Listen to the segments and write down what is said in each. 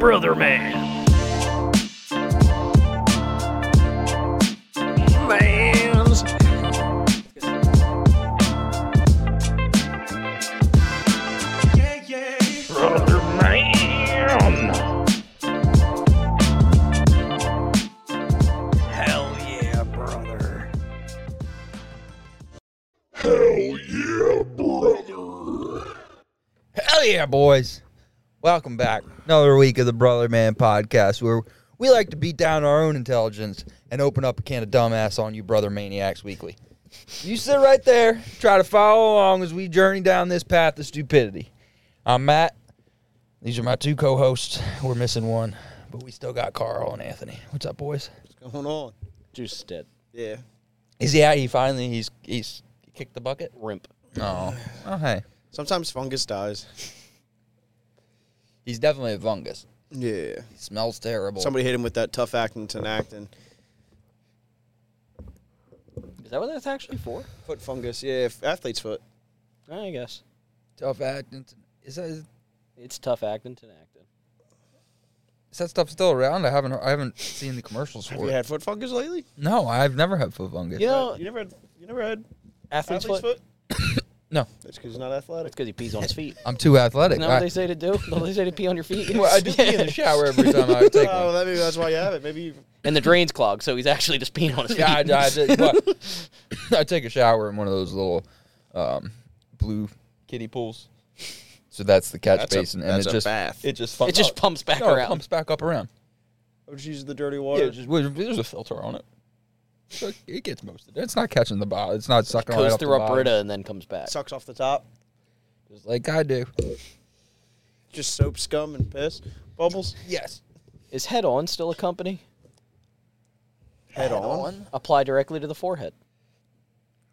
Brother Man. Mans. Brother Man. Hell yeah, brother. Hell yeah, boys. Welcome back. Another week of the Brother Man podcast where we like to beat down our own intelligence and open up a can of dumbass on you, Brother Maniacs, weekly. You sit right there, try to follow along as we journey down this path of stupidity. I'm Matt. These are my two co hosts. We're missing one, but we still got Carl and Anthony. What's up, boys? What's going on? Juice is dead. Yeah. Is he out? He finally, he's, he's kicked the bucket? Rimp. Oh. Oh, hey. Sometimes fungus dies. He's definitely a fungus. Yeah. He smells terrible. Somebody hit him with that tough actin and actin. Is that what that's actually for? Foot fungus. Yeah, f- athlete's foot. I guess. tough acting. Is that It's tough acting to acting. Is that stuff still around? I haven't I haven't seen the commercials Have for you it. had foot fungus lately? Uh, no, I've never had foot fungus. You know, you never had. You never had athlete's, athlete's foot. foot. No. That's because he's not athletic. It's because he pees on his feet. I'm too athletic. Isn't that what I, they say to do? Don't they say to pee on your feet? well, I do pee in the shower every time I Oh, take well, one. that, maybe that's why you have it. Maybe you And the drain's clogged, so he's actually just peeing on his feet. Yeah, I, I, did- what? I take a shower in one of those little um, blue kiddie pools. So that's the catch That's a- basin, and that's it a just bath. it just fun- It just oh, pumps back no, around. It pumps back up around. I would use the dirty Yeah, water. it just, well, there's a filter on it. So it gets most of it. It's not catching the bottom. It's not sucking right Goes off the through a bottom. Brita and then comes back. Sucks off the top. Just like I do. Just soap scum and piss bubbles. Yes. Is Head On still a company? Head, on. Apply directly to the forehead.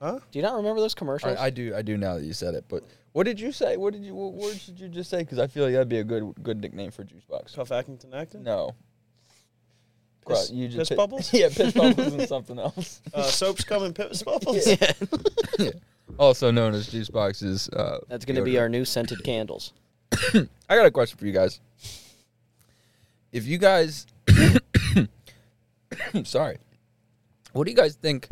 Huh? Do you not remember those commercials? I, I do, I do now that you said it. But what did you say? What did you? What words did you just say? Because I feel like that'd be a good, good nickname for juice box. Tough actin and actin. No. Bro, Piss- you just piss hit- bubbles? yeah, piss bubbles and something else. Uh, soap scum and piss bubbles. Also known as juice boxes. Uh, That's going to be our new scented candles. I got a question for you guys. If you guys, sorry, what do you guys think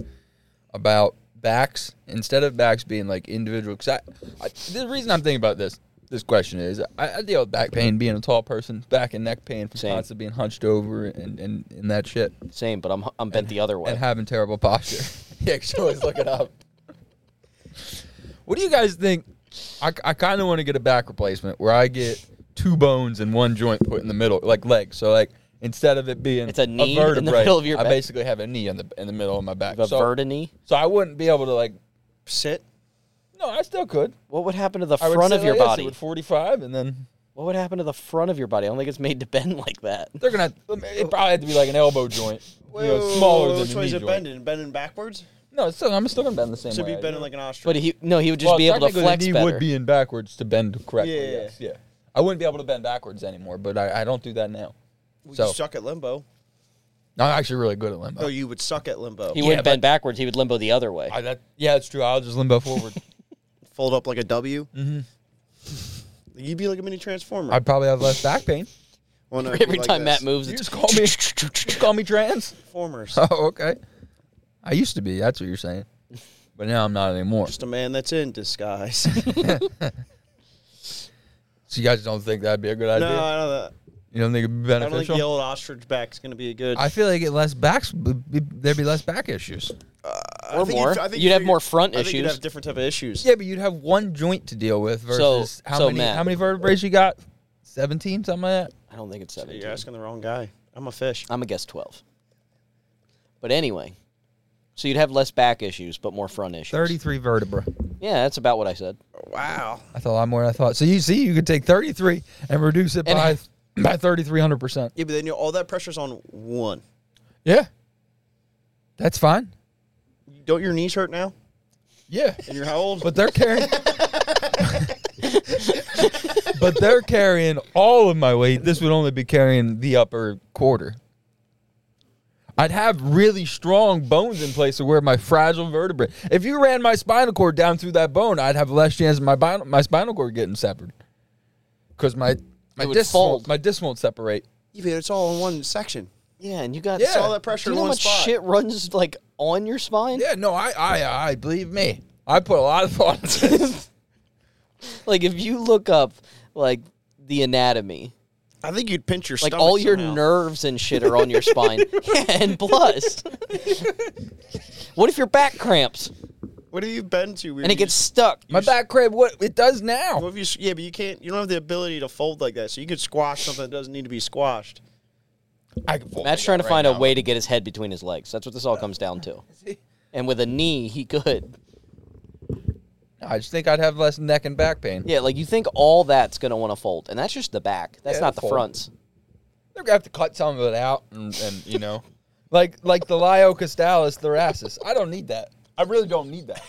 about backs instead of backs being like individual? Because I, I, the reason I'm thinking about this this question is I, I deal with back pain being a tall person, back and neck pain from Same. constantly being hunched over and and, and that shit Same, but I'm I'm bent the other way. and having terrible posture. yeah, she always looking up. What do you guys think? I, I kind of want to get a back replacement where I get two bones and one joint put in the middle, like legs. So like instead of it being It's a knee in the vertebrae, middle of your I back. basically have a knee in the in the middle of my back. the so, vertinae. so I wouldn't be able to like. Sit. No, I still could. What would happen to the I would front sit of your like this, body? It would forty five, and then What would happen to the front of your body? I don't think it's made to bend like that. they're gonna. It probably had to be like an elbow joint, you know, Whoa, smaller than Which your way is knee it joint. bending? Bending backwards? No, it's still, I'm still gonna bend the same Should way. be I do bending it. like an ostrich. But he no, he would just Well, be able to technically, flex the knee better. would be in backwards to bend correctly. Yeah. Yes. Yeah. I wouldn't be able to bend backwards anymore, but I, I don't do that now. Well, So- you suck at limbo. I'm actually really good at limbo. No, Oh, you would suck at limbo. he Yeah, wouldn't but- bend backwards. He would limbo the other way. I, that, Oh, yeah, it's true. I'll just limbo forward. fold up like a Mm-hmm. You'd be like a mini transformer. I'd probably have less back pain. Well, no, Every like time this. Matt moves, You it's just call me. just call me trans. Transformers. Oh, okay. I used to be. That's what you're saying. But now I'm not anymore. Just a man that's in disguise. So you guys don't think that'd be a good no, I idea? don't, you don't think it'd be I don't think beneficial? the old ostrich back's going to be a good. I feel like it less backs. There'd be less back issues. I or think more. you'd- I think You'd have figure- more front I think You'd issues. have different type of issues. Yeah, but you'd have one joint to deal with versus how so, many Matt- how many vertebrae you got? Seventeen, something like that. I don't think it's You're 17. asking the wrong guy. I'm a fish. I'm a guess 12. But anyway, so you'd have less back issues, but more front issues. Thirty-three vertebrae. Yeah, that's about what I said. Oh, Wow. That's a lot more than I thought. So you see, you could take thirty-three and reduce it And- by by thirty-three hundred percent. Yeah, but then you all that pressure's on one. Yeah, that's fine. Don't your knees hurt now? Yeah, And you're how old? but they're carrying. but they're carrying all of my weight. This would only be carrying the upper quarter. I'd have really strong bones in place to where my fragile vertebrae. If you ran my spinal cord down through that bone, I'd have less chance of my bin- my spinal cord getting severed. Because my My it would disc fold. Won't, my disc won't separate. Even it's all in one section. yeah, and you got Yeah. It's all that pressure Do you in know one how much spot. shit runs like on your spine? Yeah, no, I, I, I believe me. I put a lot of thought into this. Like if you look up like the anatomy, I think you'd pinch your like stomach all your somehow. nerves and shit are on your spine. and plus, what if your back cramps What have you been to? and it gets stuck? my back crib, what it does now. What if you, s- yeah, but you can't. You don't have the ability to fold like that, so you could squash something that doesn't need to be squashed. I can fold Matt's it trying to right find now. a way to get his head between his legs. That's what this all comes down to. And with a knee, he could. I just think I'd have less neck and back pain. Yeah, like you think all that's gonna want to fold, and that's just the back. That's Yeah, not it'll the fold. fronts. They're gonna have to cut some of it out, and, and you know, like like the Lyocostalis thoracis. I don't need that. I really don't need that.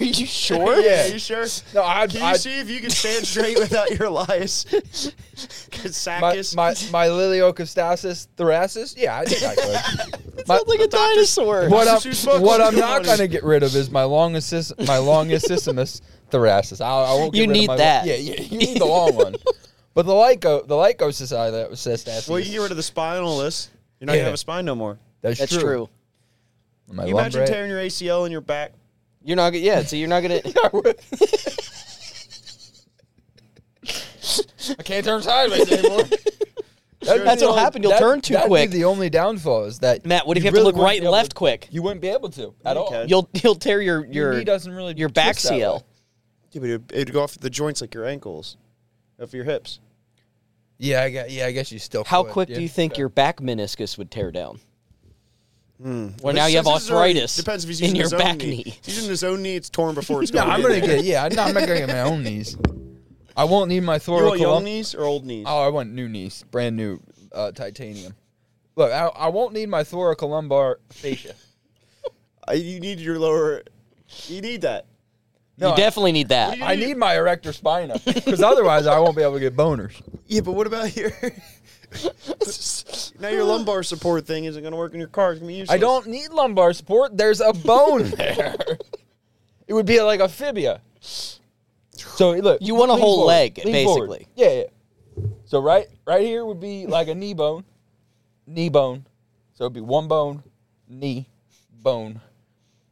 Are you sure? Yeah. Are you sure? No, I, Can you I see if you can stand straight without your lias? my Cassacus. my my Liliocostasis thoracis. Yeah, I think I could. My- Sounds like a dinosaur. what That's what you I'm smoke what when I'm you're not on gonna it. get rid of is my longest my longissimus thoracis. I, I won't. Get You rid of need my- that. Yeah, yeah, you need the long one. But the lyco the lycosis that was cystasis. well, you can get rid of the spinalist. You're not Yeah. gonna have a spine no more. that's, That's true. My you imagine lumbar- tearing your ACL in your back. You're not gonna. Yeah, so you're not gonna. I can't turn sideways anymore. That'd be That's the what'll only- happen. You'll turn too that'd quick. Be the only downfall is that Matt, what if you have to really look wouldn't right be and able left to- quick? You wouldn't be able to at all. could. You'll you'll tear your Your your knee doesn't really your back twist that CL. way. Yeah, but it'd, it'd go off the joints like your ankles, off your hips. Yeah, I guess, yeah, I guess you still. How could, quick yeah. do you think your back meniscus would tear down? Well, Hmm. This- now you have this is already- arthritis depends if he's using in your his own back knee. knee. If He's using his own knee. It's torn before it's No, going. I'm in gonna there. get. Yeah, I'm not, I'm not gonna get my own knees. I won't need my You want young thoracolumbar. knees or old knees? Oh, I want new knees, brand new uh, titanium. Look, I, I won't need my thoracolumbar fascia. I, Uh, you need your lower. You need that. No, you I- definitely need that. do I need my erector spina because otherwise I won't be able to get boners. Yeah, but what about your? now your lumbar support thing isn't going to work in your car. It's going to be useless. I don't need lumbar support. There's a bone there. it would be like a fibia. So look, You want a lean whole forward, leg, lean forward. basically. Yeah, yeah. So right, right here would be like a knee bone, knee bone. So it'd be one bone, knee, bone.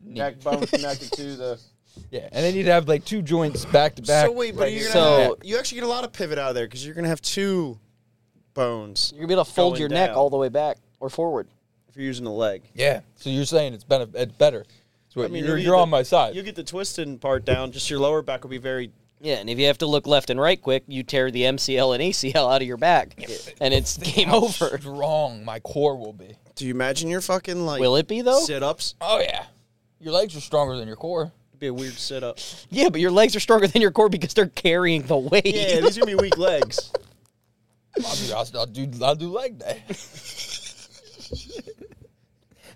Neck bone connected to the. Yeah, and then you'd have like two joints back to back. So wait, but right you're here. gonna So- have- you actually get a lot of pivot out of there because you're going to have two bones You're gonna be able to fold Going your neck down. all the way back or forward. if you're using the leg. yeah. So you're saying it's better? It's better. So mean, you're, you'll you're get on the- my side. You get the twisting part down. Just your lower back will be very. Yeah, and if you have to look left and right quick, you tear the MCL and ACL out of your back, and it's game over. Strong, my core will be. Do you imagine your fucking like? Will it be though? Sit ups. Oh yeah, your legs are stronger than your core. Be a weird sit up. Yeah, but your legs are stronger than your core because they're carrying the weight. Yeah, these are gonna be weak legs. I'll do, I'll, I'll do, I'll do leg day.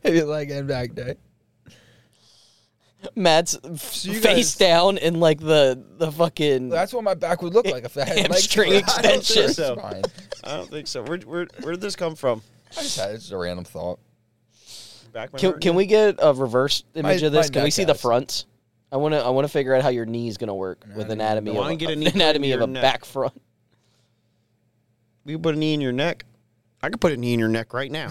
Maybe leg and back day. Matt's f- you face guys- down in like the the fucking. That's what my back would look like if I had Hamstring legs. I don't think extension. so. Fine. I don't think so. Where where where did this come from? I just had, it's just a random thought. Back when Can, can we get a reverse image My- of this? my Can we neck see the has. fronts? I want to. I want to figure out how your knee's going to work with anatomy. No, I can of, get a knee put in anatomy of your a neck. back front. we put a knee in your neck? I could put a knee in your neck right now.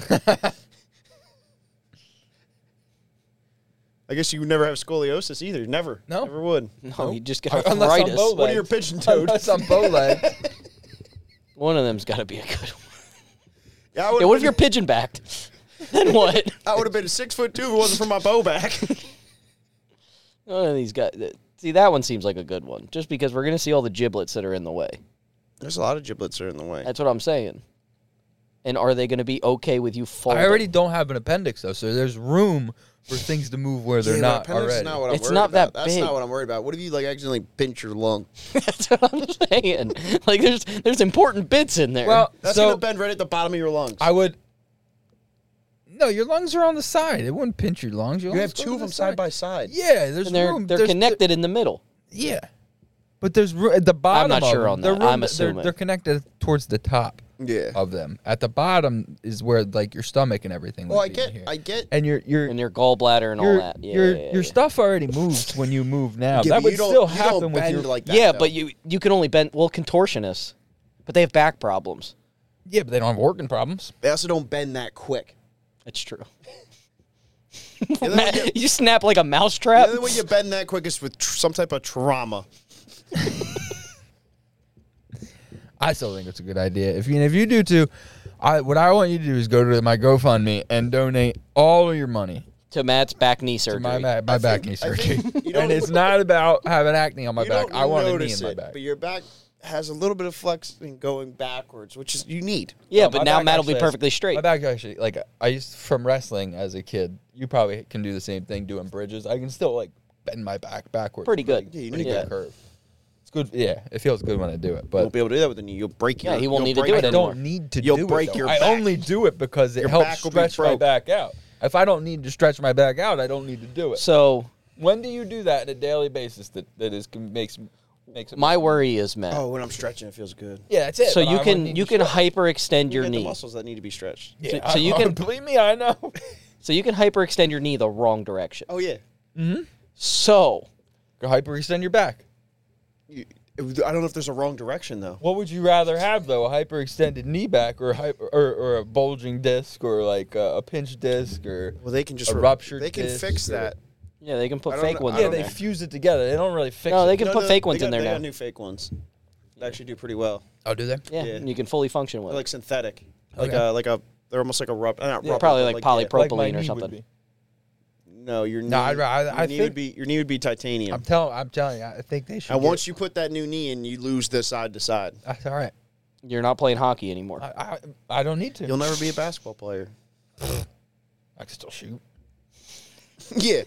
I guess you would never have scoliosis either. Never. No. Never would. No, Oh, you just got Unless I'm arthritis. bow What are legged. your pigeon toed? Unless I'm bow legged. One of them's got to be a good one. Yeah, I Yeah, would what if you're pigeon backed? then what? I would have been six foot two if it wasn't for my bow back. None of these guys. See, that one seems like a good one, just because we're going to see all the giblets that are in the way. There's a lot of giblets that are in the way. That's what I'm saying. And are they going to be okay with you folding? I already don't have an appendix though, so there's room for things to move where they're Yeah, but not appendix already. is not what I'm It's worried not that about. That's big. not what I'm worried about. What if you like accidentally pinch your lung? That's what I'm saying. Like, there's there's important bits in there. well, That's so gonna bend right at the bottom of your lungs. I would. No, your lungs are on the side. It wouldn't pinch your lungs. Your you lungs have go two to of the them side by side. Yeah, there's and they're room. they're there's- connected in the middle. Yeah, but there's room at the bottom. not of sure them, on they're that. room- I'm they're- assuming. they're, connected towards the top. Yeah. of them. At the bottom is where like your stomach and everything. well, would I be get, here. I get. and your your and your gallbladder and all your that. Yeah, your, yeah, your yeah. stuff already moved when you move now. Yeah, but that would you don't- still you happen don't with bend your like that. Yeah, though. but you you can only bend. Well, contortionists, but they have back problems. yeah, but they don't have organ problems. they also don't bend that quick. That's true. The other, Matt, way, you, you snap like a the mousetrap. other way you bend that quick is with tr- some type of trauma. I still think it's a good idea. If you if you do too, I what I want you to do is go to my GoFundMe and donate all of your money to Matt's back knee surgery. to my ma- my back think- knee I surgery. think- you don't- and it's not about having acne on my You back. don't I want a knee notice in my it, back. But your back has a little bit of flexing going backwards, which is you need. yeah, No, Um, my but now back Matt will be actually has- perfectly straight. My back actually, like I used from wrestling as a kid. You probably can do the same thing doing bridges. I can still like bend my back backwards. Pretty good. Yeah, you Pretty need good that. curve. It's good. Yeah, it feels good when I do it, You won't but be able to do that with a knee. You'll break your. Yeah, he won't you'll need to break do it I your- anymore. don't need to. You'll do it, break though. your I back. only do it because it Your helps back will be stretch my broke. back out. If I don't need to stretch my back out, I don't need to do it. So when do you do that on a daily basis? That that is can- makes makes it. my worry is Matt. Oh, when I'm stretching, it feels good. yeah, that's it. so but I you only can need you to can stretch. hyperextend You your got the knee. muscles that need to be stretched. so- Yeah, so you I- can- believe me. I know. So you can hyperextend your knee the wrong direction. Oh yeah. So hyperextend your back. You- I don't know if there's a wrong direction though. What would you rather have though, a hyperextended knee back or a hyper, or, or a bulging disc or like a, a pinched disc or Well, they can just A re- ruptured They can disc fix or- that. yeah, they can put I don't fake know- ones I yeah, in don't they there. fuse it together. They don't really fix No, it. they can put fake ones they in got- there they now. got new fake ones. They actually do pretty well. oh, do they? yeah, yeah. and you can fully function with. They're it. like synthetic, like Okay. a like a. They're almost like a rub. Not Yeah, rubber, probably but like yeah. polypropylene my knee or would something. be. No, your knee. I'd ra- I- your I knee think- would be your knee would be titanium. I'm telling. I'm telling you. I think they should. and get- once you put that new knee in, you lose this side to side. That's all right. You're not playing hockey anymore. I, I I don't need to. You'll never be a basketball player. I can still shoot. yeah.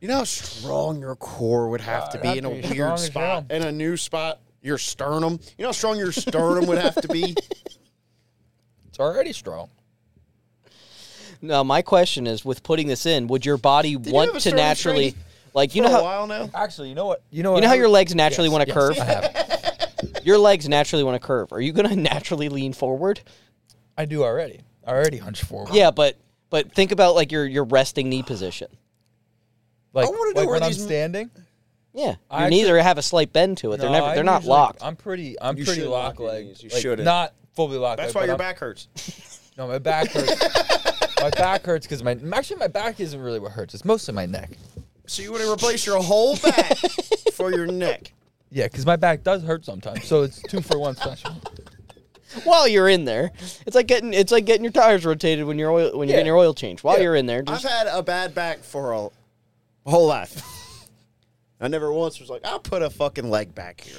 You know how strong your core would have to God, be Uh, that'd in a be strong weird as spot, hell. in a new spot. Your sternum. You know how strong your sternum would have to be. It's already strong. Now, my question is: with putting this in, would your body you want have a to certain naturally, training like you For know a how while now. Actually, you know what? You know you what know I how your would- legs naturally Yes, want to yes, curve? I have. Your legs naturally want to curve. Are you going to naturally lean forward? I do already. I already hunch forward. Yeah, but but think about like your your resting knee position. Like, I wanna know like where when I'm these- standing. Yeah, I your knees are have a slight bend to it. They're No, never I they're not usually- locked. I'm pretty. I'm You pretty should lock lock your leg. knees. You like, shouldn't. Not fully locked. leg, That's why but your I'm- back hurts. No, my back hurts. my back hurts because my actually my back isn't really what hurts. It's mostly my neck. So you would have replaced your whole back for your neck. Yeah, because my back does hurt sometimes. So it's two for one special. While you're in there, it's like getting it's like getting your tires rotated when you're oil when you're Yeah. getting your oil changed. While Yeah. you're in there, I've just had a bad back for a whole life. I never once was like, I'll put a fucking leg back here.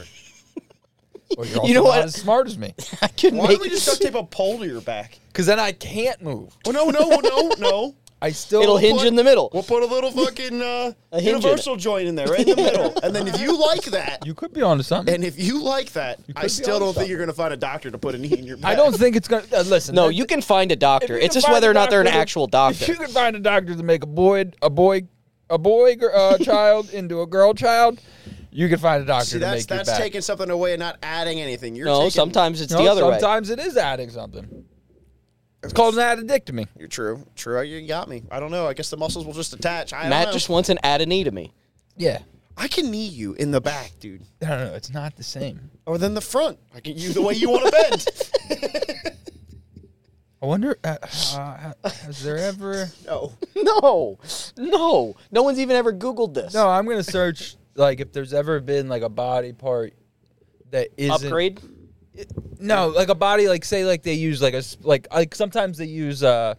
Or you're You know also not what? As smart as me, I couldn't Why make don't we just duct tape a pole to your back? because then I can't move. Well, Oh, no, no, no, no. I still. It'll hinge put- in the middle. We'll put a little fucking uh, A hinge in universal joint in there, right in the middle. And then if you like that, You could be onto something. and if you like that, could I be still onto don't think something. you're going to find a doctor to put a knee in your back. I don't think it's gonna. Uh, listen. No, if- you can find a if you doctor. can It's just find whether a or not they're an doctor that- actual If you doctor. can find a doctor to make a boy, a boy, a boy gr- uh, child into a girl child, you can find a doctor See, to that's, make your that's back. taking something away and not adding anything. You're No, taking, sometimes it's no, the other way. sometimes it is adding something. It's called an addictomy. You're true. True. You got me. I don't know. I guess the muscles will just attach. I don't Matt know. just wants an E adenectomy. Yeah. I can knee you in the back, dude. No, no, no, it's not the same. Or then the front. I can you the way you want to bend. I wonder, uh, uh, has there ever? No. No, no, no one's even ever Googled this. No, I'm gonna search like if there's ever been like a body part that isn't upgrade. No, like a body like say like they use like a s- like like sometimes they use uh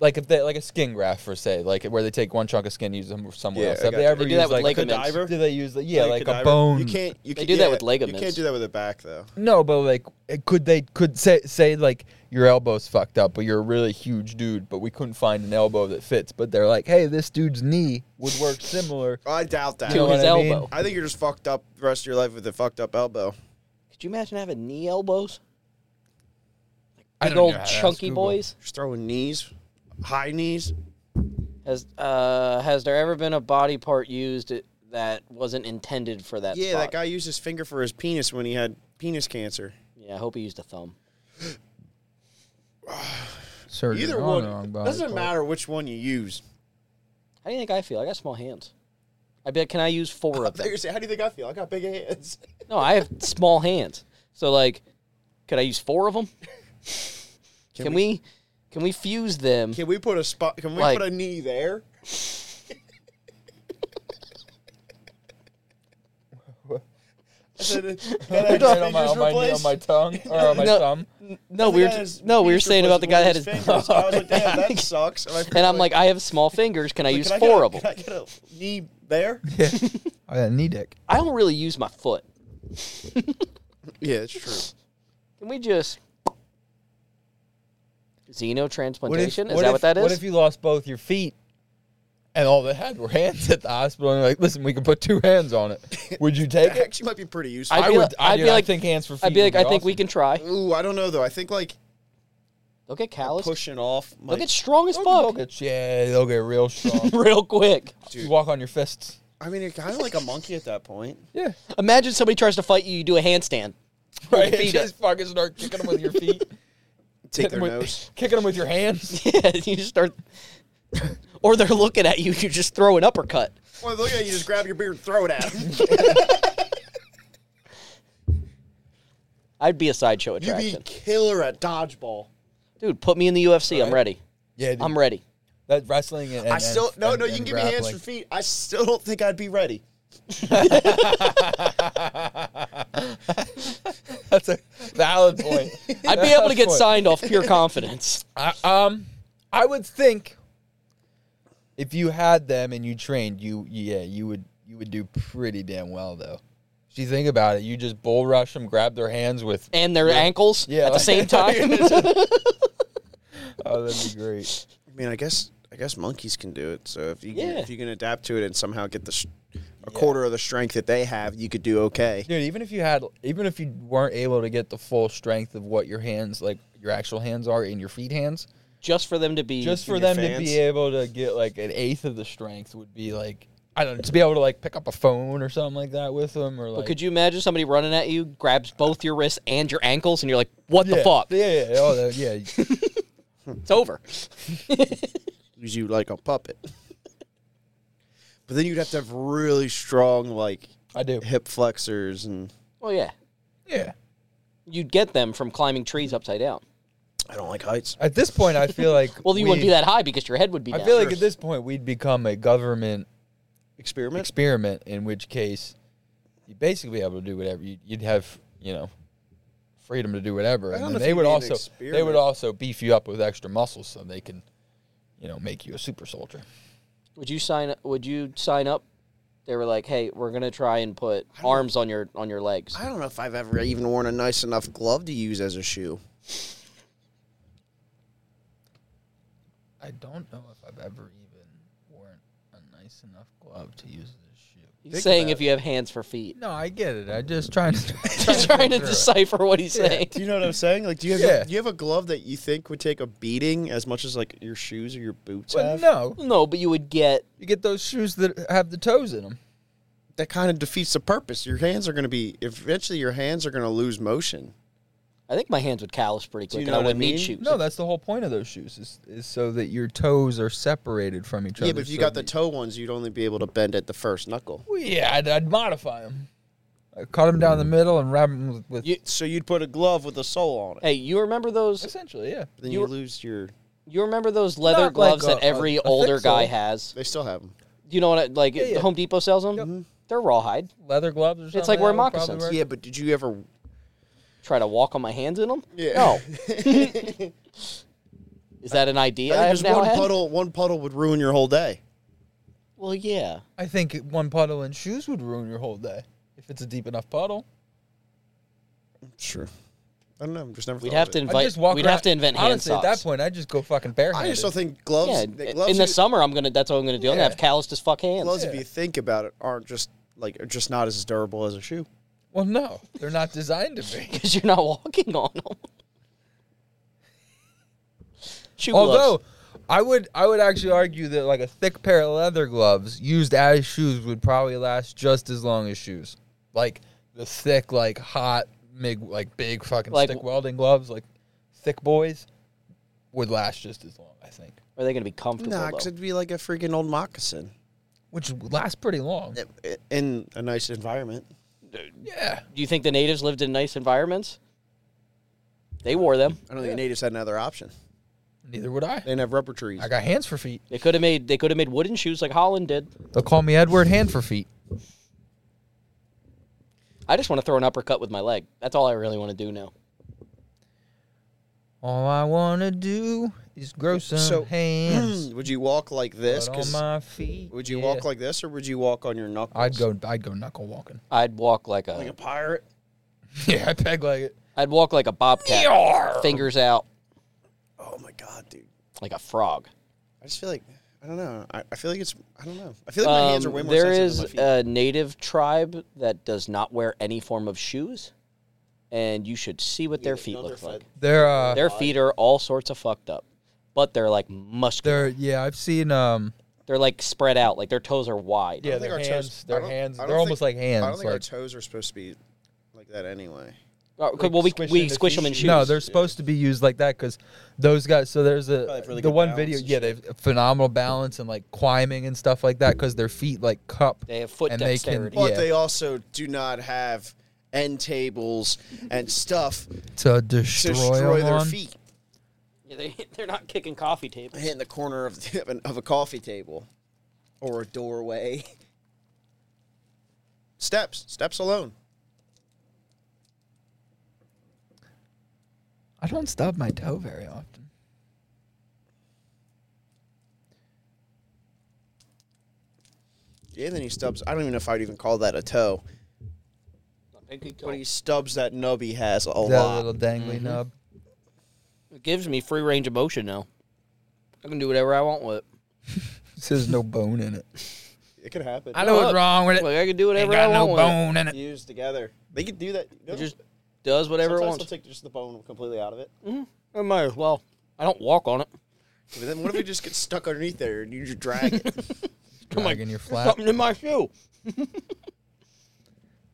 like if they like a skin graft for say like where they take one chunk of skin and use them somewhere Yeah, else. I Have got they you. ever They do used that with like ligaments. cadaver? Do they use like yeah like, a cadaver. bone? You can't. You They can, do that yeah, with ligaments. You can't do that with the back though. No, but like it- could they could say say like your elbow's fucked up, but you're a really huge dude, but we couldn't find an elbow that fits. But they're like, hey, this dude's knee would work similar. Oh, I doubt that. To know his what I mean? elbow. I think you're just fucked up the rest of your life with a fucked up elbow. Could you imagine having knee elbows? I Big don't old know how to ask chunky Google. boys. Just throwing knees, high knees. Has uh has there ever been a body part used that wasn't intended for that. yeah, spot. that guy used his finger for his penis when he had penis cancer. Yeah, I hope he used a thumb. Surgery Either on one the wrong body doesn't part. matter which one you use. How do you think I feel? I got small hands. I bet. Can I use four I of thought you them? were saying, how do you think I feel? I got big hands. No, I have small hands. So like, could I use four of them? Can, we, Can we fuse them? Can we put a spot? Can we Like- put a knee there? I said, "Can I Right just on, my, fingers on, my, knee, replaced?" on my tongue or on my No. thumb. no, The we were guy ju- has no, we were fingers saying about the guy that replaced had with his. one of his fingers. I was like, damn, that sucks. And, my friend and I'm was like, I have small fingers. Can I "Look, use can I get four a- of them? Can I get a knee there? I got a Oh, knee dick. I don't really use my foot. yeah, it's true. Can we just xenotransplantation? What if- is that if, what that is? What if you lost both your feet and all they had were hands at the hospital? And you're like, listen, we can put two hands on it. Would you take It it? actually might be pretty useful. I'd I be would. like- I, I'd do. be I like- think hands for feet. I'd be like, would I think we awesome. can try. Ooh, I don't know though. I think like They'll get calloused. pushing off. They'll Might, get strong as They'll fuck get, yeah, they'll get real strong. real quick. you walk on your fists. I mean, you're kind of like a monkey at that point. Yeah. Imagine somebody tries to fight you, you do a handstand. Right. feet just fucking start kicking them with your feet. Take Kicking their with- nose. Kicking them with your hands. Yeah, you just start. or they're looking at you, you just throw an uppercut. Well, look at you. Just grab your beard and throw it at him. I'd be a sideshow You'd be attraction. killer at dodgeball. Dude, put me in the UFC. I'm Right. ready. Yeah. Dude, I'm ready. that wrestling and, I and- still no and- no. You can and give me hands for grappling. feet. I still don't think I'd be ready. That's a valid point. I'd be able to get Point. signed off pure confidence. I, um, I would think if you had them and you trained, you yeah, you would you would do pretty damn well though. If you think about it, you just bull rush them, grab their hands with. And their ankles Yeah, at the like- same time. Oh, that'd be great. I mean, I guess I guess monkeys can do it. So if you Yeah. if you can adapt to it and somehow get the sh- a quarter of the strength that they have, you could do okay. Dude, even if you had, even if you weren't able to get the full strength of what your hands, like your actual hands are in your feet hands, just for them to be. just for In your them to fans? be able to get like an eighth of the strength would be like, I don't know, to be able to like pick up a phone or something like that with them, or like, But could you imagine somebody running at you, grabs both your wrists and your ankles, and you're like, what yeah, the fuck? Yeah, yeah, oh, that- yeah. It's over. Use you like a puppet. but then you'd have to have really strong like I do. hip flexors and Well, yeah. Yeah. You'd get them from climbing trees upside down. I don't like heights. At this point, I feel like Well, you wouldn't we- be that high because your head would be down. I feel like at this point we'd become a government Experiment. experiment, in which case you would basically be able to do whatever you, you'd have, you know, freedom to do whatever, I and then don't know if they you'd would be an also they would experiment. also beef you up with extra muscles so they can, you know, make you a super soldier. would you sign? Would you sign up? They were like, "Hey, we're gonna try and put arms on your on your legs." I don't know if I've ever even worn a nice enough glove to use as a shoe. I don't know if I've ever even worn a nice enough glove to use as a shoe. He's saying if you have hands for feet. No, I get it. I just trying to He's trying to decipher what he's saying. Do you know what I'm saying? Like, do you have Yeah. do you have a glove that you think would take a beating as much as like your shoes or your boots Well, have? no, No, but you would get. you get those shoes that have the toes in them. That kind of defeats the purpose. Your hands are going to be eventually. Your hands are going to lose motion. I think my hands would callous pretty you quick, know and I what I wouldn't need mean? shoes. No, that's the whole point of those shoes is, is so that your toes are separated from each other. yeah, but if you so got the that- toe ones, you'd only be able to bend at the first knuckle. Well, yeah, I'd, I'd modify them. I cut them Mm. down the middle and wrap them with, with You- So you'd put a glove with a sole on it. Hey, you remember those? essentially, yeah. Then you you, were- lose your. You remember those leather like gloves a- that every a- a older fixel. guy has? They still have them. You know what? I, like yeah. Home Depot sells them. Mm-hmm. They're rawhide. Leather gloves or something. like wearing that would probably moccasins. work. Yeah, but did you ever? Try to walk on my hands in them. Yeah. No. Is that an idea? I, I have think just now one had? puddle. One puddle would ruin your whole day. Well, yeah. I think one puddle in shoes would ruin your whole day if it's a deep enough puddle. Sure. I don't know. I'm just never. We'd thought have of to it. I'd invite. just walk we'd around- have to invent hand Honestly, socks. at that point, I'd just go fucking barehanded. I just don't think gloves. yeah, that in gloves the you- summer, I'm gonna. That's what I'm gonna do. I'm Yeah. gonna have calloused as fuck hands. gloves, if Yeah. you think about it, aren't just like are just not as durable as a shoe. Well, no, they're not designed to be. because you're not walking on them. Shoe Although, gloves. I would I would actually argue that like a thick pair of leather gloves used as shoes would probably last just as long as shoes. Like the thick, like hot, mig, like big fucking Like- stick welding gloves, like thick boys, would last just as long. I think, Are they going to be comfortable? Nah, though? because it'd be like a freaking old moccasin which would last pretty long. I- I- in a nice environment. Yeah, Do you think the natives lived in nice environments? They wore them. I don't think natives had another option. neither would I. They didn't have rubber trees. I got hands for feet. They could have made they could have made wooden shoes like Holland did. They'll call me Edward Hand for Feet. I just want to throw an uppercut with my leg. That's all I really want to do now. All I wanna do is grow some So- hands. would you walk like this? Put 'Cause on my feet. would you yeah. walk like this, or would you walk on your knuckles? I'd go. I'd go knuckle walking. I'd walk like a, like a pirate. yeah, I peg like it. would walk like a bobcat, Yarr. fingers out Oh my god, dude! like a frog. I just feel like I don't know. I, I feel like it's I don't know. I feel like my hands are Um, way more there sensitive is than uh, my feet. a native tribe that does not wear any form of shoes, and you should see what their feet no, look they're like. They're uh, Their feet are all sorts of fucked up, but they're like muscular. They're yeah, I've seen um They're like spread out, like their toes are wide. yeah, I don't think their our hands, toes- I their don't- hands, I don't they're almost like think- hands. I don't think our like, toes are supposed to be like that anyway. Uh, 'cause- well, we squish we into squish them in shoes. no, they're supposed to be used like that because those guys. So there's Probably a have really the good one balance video, and yeah, they have phenomenal balance and like climbing and stuff like that because their feet like cup. They have foot and they can- dexterity. But Yeah. they also do not have end tables and stuff to to destroy, destroy them their on. feet. Yeah, they they're not kicking coffee tables. Hit in the corner of, the, of, an, of a coffee table or a doorway. Steps, steps alone. I don't stub my toe very often. Anthony stubs. I don't even know if I'd even call that a toe. But he stubs that nub he has a that lot. Mm-hmm. little dangly nub. It gives me free range of motion now. I can do whatever I want with it. There's no bone in it. It could happen. I know what's Look, wrong with it. Like I can do Ain't whatever got I no want with it. bone in it. Used together. They could do that. It just does whatever it Sometimes wants. they'll take just the bone completely out of it. I might as well. I don't walk on it. But then what if it just gets stuck underneath there and you just drag it? Dragging your flap. Something in my shoe.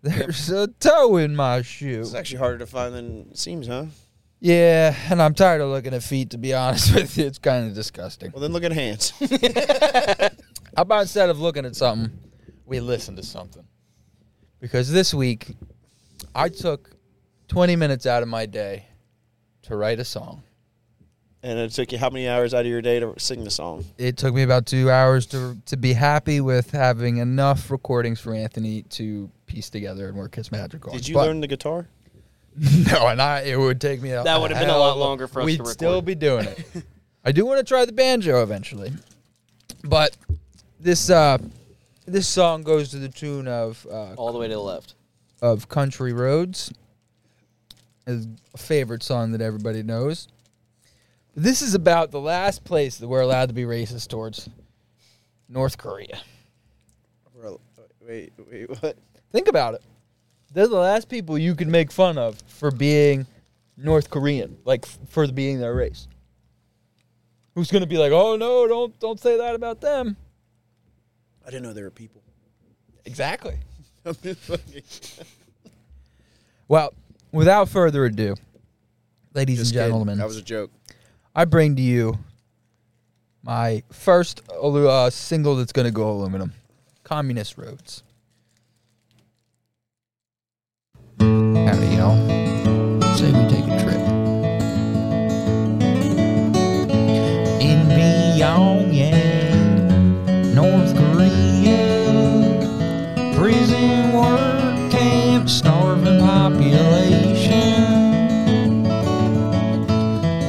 There's a toe in my shoe. It's actually harder to find than it seems, huh? Yeah, and I'm tired of looking at feet. To be honest with you, it's kind of disgusting. Well, then look at hands. How about instead of looking at something, we listen to something? Because this week, I took 20 minutes out of my day to write a song. and it took you how many hours out of your day to sing the song? It took me about two hours to to be happy with having enough recordings for Anthony to piece together and work his magic on. Did you But- learn the guitar? No, and I it would take me. a- That would have been a hell lot of longer for us to We'd record. still be doing it. I do want to try the banjo eventually, but this uh, this song goes to the tune of uh, All the way to the left. of Country Roads. Is a favorite song that everybody knows. This is about the last place that we're allowed to be racist towards, North Korea. Wait, wait, what? Think about it. They're the last people you could make fun of for being North Korean, like f- for being their race. Who's gonna be like, oh no, don't don't say that about them? I didn't know there were people. Exactly. I'm just fucking- Well, without further ado, ladies Just and gentlemen, kidding. That was a joke. I bring to you my first alu- uh, single that's going to go aluminum Communist Roads. Howdy, y'all. Say we take a trip. In Pyongyang, North Korea, prison work camp, starving population.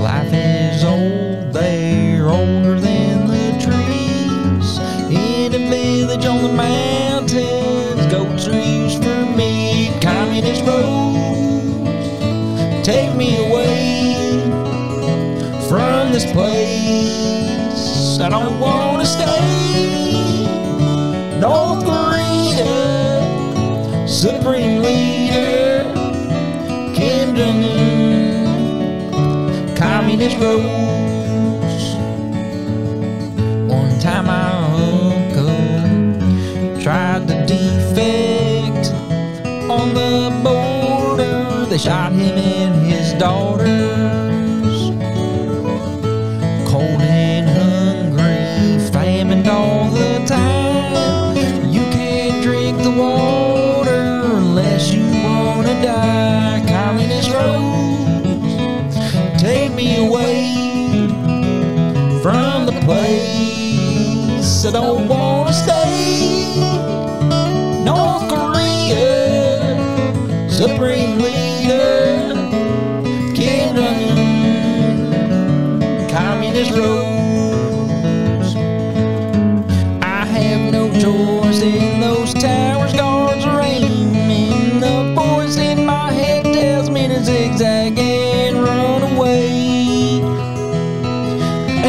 Life is old, they're older than the trees. In a village on the mountains, goats are used for meat. Communist roads, take me away from this place. I don't want to stay. North Korea, supreme leader, Kim Jong Un communist roads. identified the defect on the border. They shot him and his daughters. Cold and hungry, famined all the time. You can't drink the water unless you wanna die. Communist roads, take me away from the place I don't wanna stay. North Korea, supreme leader, Kim Jong-un, communist rules. I have no choice in those towers, guards raining. The voice in my head tells me to zigzag and run away.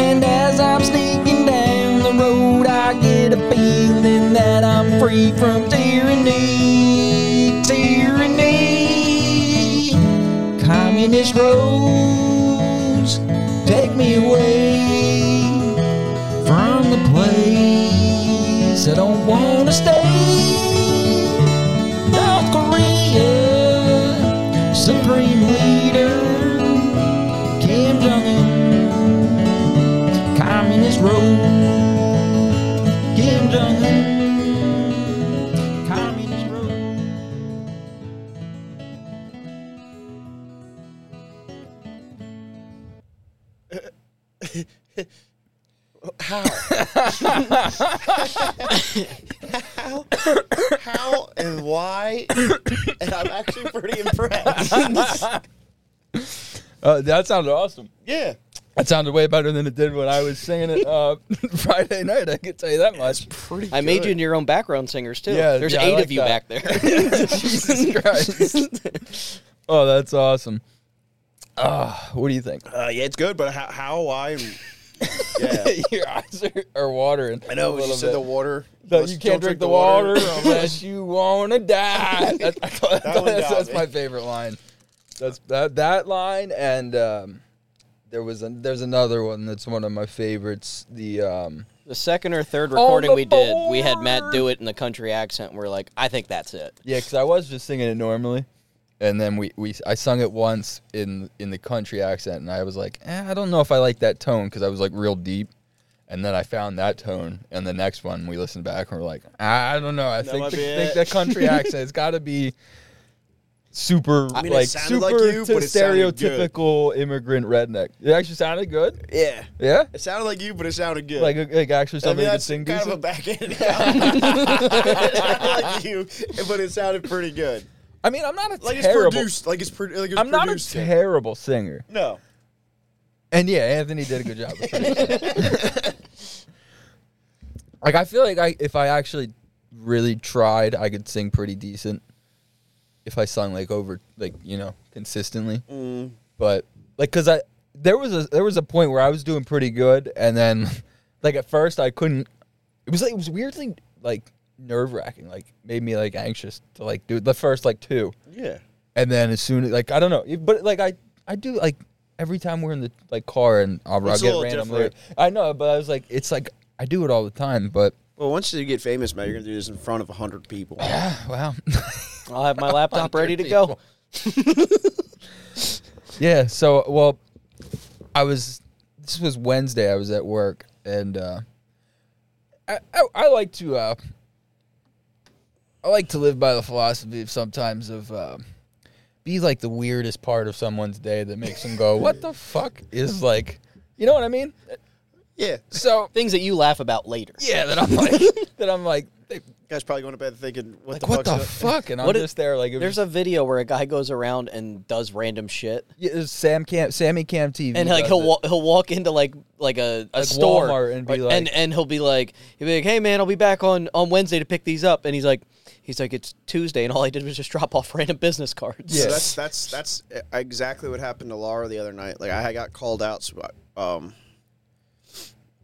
And as I'm sneaking down the road, I get a feeling that I'm free from tyranny. Tyranny. Communist roads take me away from the place I don't want to stay. North Korea, supreme leader, Kim Jong un communist road. Kim Jong Un, communist road. How? how? How and why? And I'm actually pretty impressed. Uh, that sounded awesome. yeah. That sounded way better than it did when I was singing it uh, Friday night. I can tell you that much. Pretty I made you into your own background singers too. Yeah, There's yeah, I eight like of you that. back there. Jesus Christ. oh, that's awesome. Ah, what do you think? Uh, yeah, it's good, but how, how why? and- Yeah. Your eyes are, are watering. I know, a you little said bit. the water. No, Let's you don't can't drink the water unless you wanna die. That's, I thought- I That thought one that's, got that's me. my favorite line. That's that that line and um, there was a, there's another one that's one of my favorites. The um, the second or third recording the we did, we had Matt board. do it in the country accent. And we're like, I think that's it. yeah, because I was just singing it normally, and then we, we I sung it once in in the country accent, and I was like, eh, I don't know if I like that tone because I was like real deep. And then I found that tone, and the next one we listened back and we're like, "Ah, I don't know. I think might the, be think it." that country accent has got to be super, I mean, it like super sounded like you, to but it sounded good. stereotypical immigrant redneck. It actually sounded good. Yeah. Yeah, It sounded like you, but it sounded good. like like actually I something mean, you could that's sing kind decent. of a back end. like you, but it sounded pretty good. I mean, I'm not a Like it's terrible. produced. Like it's, pro- like it's I'm not a produced. terrible singer. no. And yeah, Anthony did a good job. with producing. like I feel like I if I actually really tried, I could sing pretty decent. If I sung like over like, you know, consistently. But like cuz I there was a there was a point where I was doing pretty good and then like at first I couldn't it was like it was weirdly like nerve-wracking, like made me like anxious to like do the first like two Yeah. and then as soon as like I don't know, it- but like I I do like every time we're in the like car and I'll, I'll It's a get little random. different. lyric- I know, but I was like, it's like I do it all the time, but Well, once you get famous, man, you're gonna do this in front of hundred people. wow, I'll have my laptop ready to go. yeah. So well, I was this was Wednesday. I was at work and uh, I, I I like to uh, I like to live by the philosophy of sometimes of. Uh, be like the weirdest part of someone's day that makes them go, "What the fuck is like?" You know what I mean? Yeah. This So Things that you laugh about later. yeah, that I'm like that I'm like, they, guy's probably going to bed thinking, "What like the what fuck's the up? fuck? And I'm What is- just there like it There's was, a video where a guy goes around and does random shit. yeah, it was Sam Cam Sammy Cam TV and like does he'll it. wa- he'll walk into like like a, a Like store Walmart and be right, like- and and he'll be like he'll be like hey man I'll be back on on Wednesday to pick these up and he's like he's like it's Tuesday and all I did was just drop off random business cards Yeah. So that's that's that's e, exactly what happened to Laura the other night. Like I had got called out. So I, um,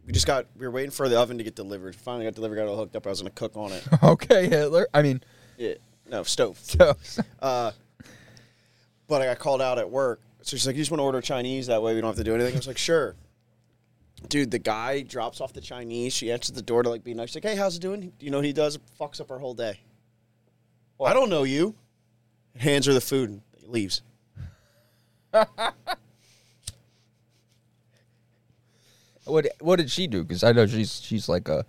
we just got we were waiting for the oven to get delivered. Finally got delivered. Got it all hooked up. I was gonna cook on it. okay Hitler. I mean, yeah. No stove. so Uh, but I got called out at work. So she's like, "You just want to order Chinese that way we don't have to do anything." I was like, "Sure." Dude, the guy drops off the Chinese. She answers the door to like be nice. She's like, hey, how's it doing? You know what he does? Fucks up our whole day. Well, I don't know you. Hands her the food and leaves. What What did she do? Because I know she's she's like a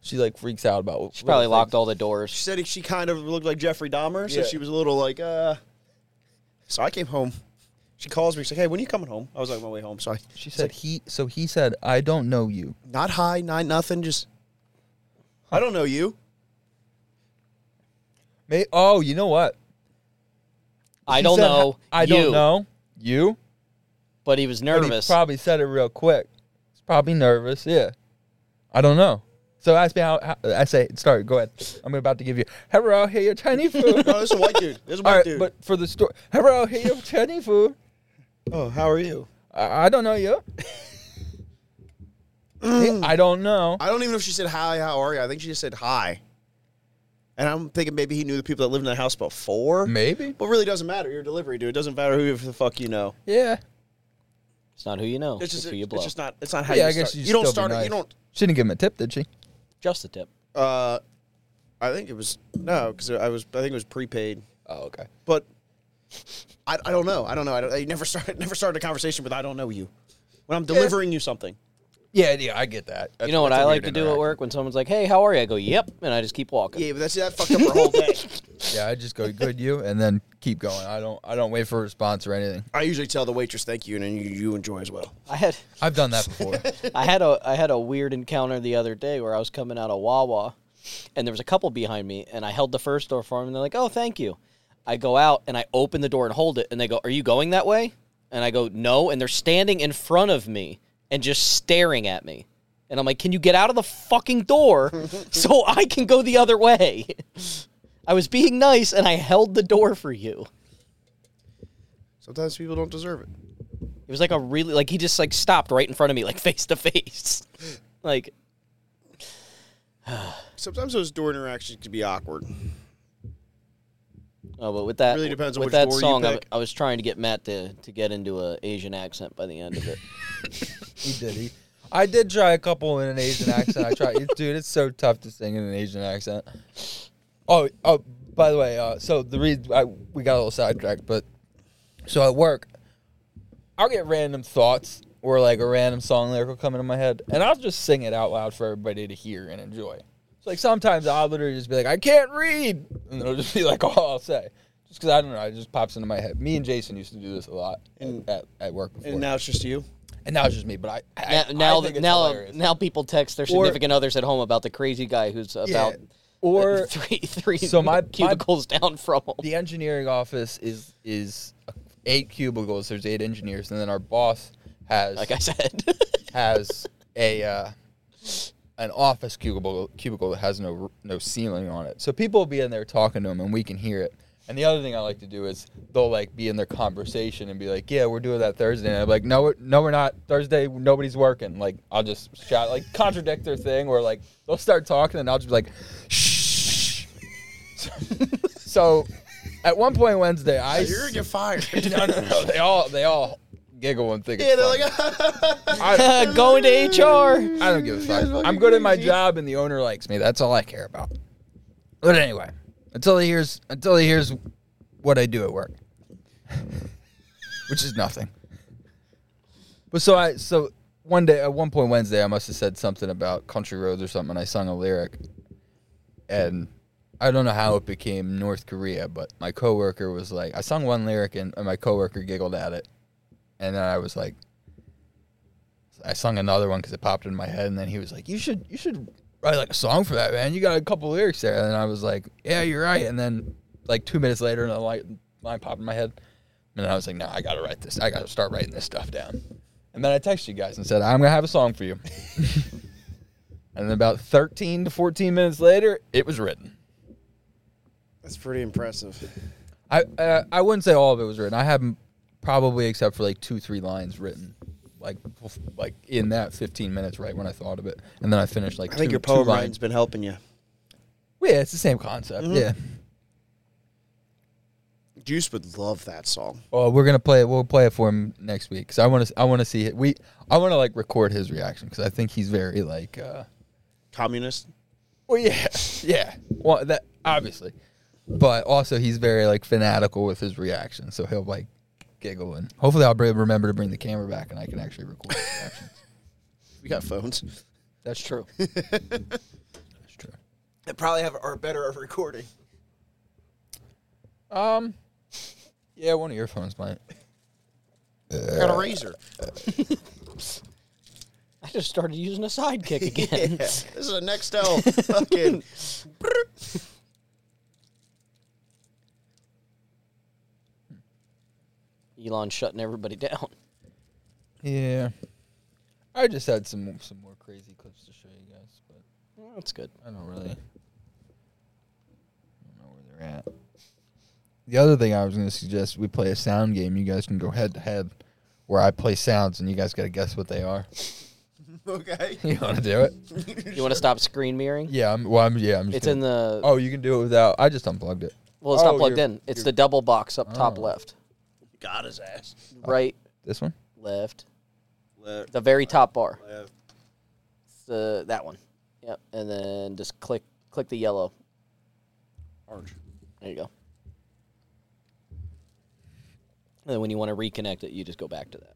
she like freaks out about. She probably locked all the doors. She said she kind of looked like Jeffrey Dahmer, so Yeah. she was a little like, uh. So I came home. She calls me. She's like, hey, when are you coming home? I was like, on my way home. So I, She said he. So he said, "I don't know you." not high, not nothing, just. I don't know you. May, oh, you know what? I He don't said, know. I you," don't know you. But he was But he nervous. probably said it real quick. He's probably nervous. Yeah. I don't know. So ask me how, how I say. Sorry, go ahead. I'm about to give you. Hello, here your Chinese food. No, this is a white dude. This is a white All right, dude. but for the story, hello, here your Chinese food. oh, how are you? I, I don't know you. I don't know. I don't even know if she said hi, how are you? I think she just said hi. And I'm thinking maybe he knew the people that lived in that house before. Maybe. But it really doesn't matter. You're a delivery dude. It doesn't matter who the fuck you know. Yeah. it's not who you know. It's It's, just, who you it's blow. just not. It's not how Yeah, you I guess start. you, don't still be start. it. Nice. You don't. She didn't give him a tip, did she? Just a tip. Uh, I think it was no, because I was. I think it was prepaid. Oh, okay. But I, I don't know. I don't know. I, don't, I never started. Never started a conversation with I don't know you when I'm delivering you something. Yeah, yeah, I get that. you know what I like to do at work when someone's like, "Hey, how are you?" I go, "Yep," and I just keep walking. Yeah, but that's that fucked up her whole day. Yeah, I just go good you, and then keep going. I don't, I don't wait for a response or anything. I usually tell the waitress thank you, and then you, you enjoy as well. I had I've done that before. I had a I had a weird encounter the other day where I was coming out of Wawa, and there was a couple behind me, and I held the first door for them, and they're like, "Oh, thank you." I go out and I open the door and hold it, and they go, "Are you going that way?" And I go, "No," and they're standing in front of me and just staring at me, and I'm like, "Can you get out of the fucking door so I can go the other way?" I was being nice, and I held the door for you. Sometimes people don't deserve it. It was like a really like he just like stopped right in front of me, like face to face, like. Sometimes those door interactions can be awkward. Oh, but with that, Really depends on with which that door you song, I- pick. I, was trying to get Matt to, to get into a Asian accent by the end of it. he did. He, I did try a couple in an Asian accent. I tried, dude. It's so tough to sing in an Asian accent. Oh, oh. By the way, uh, so the reason I, we got a little sidetracked, but so at work, I'll get random thoughts or like a random song lyric will come into my head, and I'll just sing it out loud for everybody to hear and enjoy. So like sometimes I'll literally just be like, I can't read, and it'll just be like all I'll say, just because I don't know, it just pops into my head. Me and Jason used to do this a lot And- at, at work before, And now it's just you. and now it's just me. But I, I I now, now, think it's now, hilarious. now people text their significant others at home about the crazy guy who's about Yeah. or or three three So my- my- cubicles down from him. the engineering office is is eight cubicles. There's eight engineers, and then our boss has Like I said, has a uh, an office cubicle cubicle that has no no ceiling on it. So people will be in there talking to them, and we can hear it. And the other thing I like to do is they'll like be in their conversation and be like, "Yeah, we're doing that Thursday." And I'm like, "No, we're, no, we're not Thursday. Nobody's working." Like I'll just shout, like contradict their thing, or like they'll start talking, and I'll just be like, "Shh." so, at one point Wednesday, I You're gonna get fired. no, no, no. They all they all giggle and think. it's yeah, they're funny. like, "Ah." I- going to HR. I don't give a fuck. guys Mm, fucking I'm good at my crazy. job, and the owner likes me. That's all I care about. But anyway, until he hears until he hears what I do at work, which is nothing. But so I so one day at one point Wednesday I must have said something about country roads or something. And I sung a lyric, and I don't know how it became North Korea, but my coworker was like, I sung one lyric and, and my coworker giggled at it, and then I was like, I sung another one because it popped in my head, and then he was like, "You should, you should write like a song for that, man. You got a couple lyrics there." And I was like, "Yeah, you're right." And then like two minutes later, another light line popped in my head, and I was like, "No, I gotta write this. I gotta start writing this stuff down." And then I texted you guys and said, "I'm gonna have a song for you." and then about 13 to 14 minutes later, it was written. that's pretty impressive. I uh, I wouldn't say all of it was written. I have m- probably except for like two three lines written, like f- like in that fifteen minutes right when I thought of it, and then I finished like I think two, your two poem writing's lines. been helping you. Mm-hmm. Yeah, it's the same concept. Yeah, Juice would love that song. Oh, we're gonna play it. We'll play it for him next week. Cause I want to. I want to see it. We. I want to like record his reaction because I think he's very like. uh Communist. Well, yeah, yeah. Well, that obviously, but also he's very like fanatical with his reaction, so he'll like giggle and hopefully I'll br- remember to bring the camera back and I can actually record. His reactions. We got phones. That's true. That's true. That probably have are better at recording. Um, yeah, one of your phones might. I got a razor. I just started using a sidekick Yeah, again. this is a Nextel fucking. Elon shutting everybody down. Yeah, I just had some some more crazy clips to show you guys, but Well, That's good. I don't really. I don't know where they're at. The other thing I was going to suggest, we play a sound game. You guys can go head to head, where I play sounds and you guys got to guess what they are. okay. You want to do it? You want to stop screen mirroring? Yeah. I'm, well, I'm. Yeah. I'm. Just It's in the. Oh, you can do it without. I just unplugged it. well, it's not oh, plugged you're- in. It's the double box up top Oh. left, Got his ass. right, This one. left, Le- the very top bar. Oh, le- It's the that one. Yep. And then just click click the yellow. Orange. There you go. And then when you want to reconnect it, you just go back to that.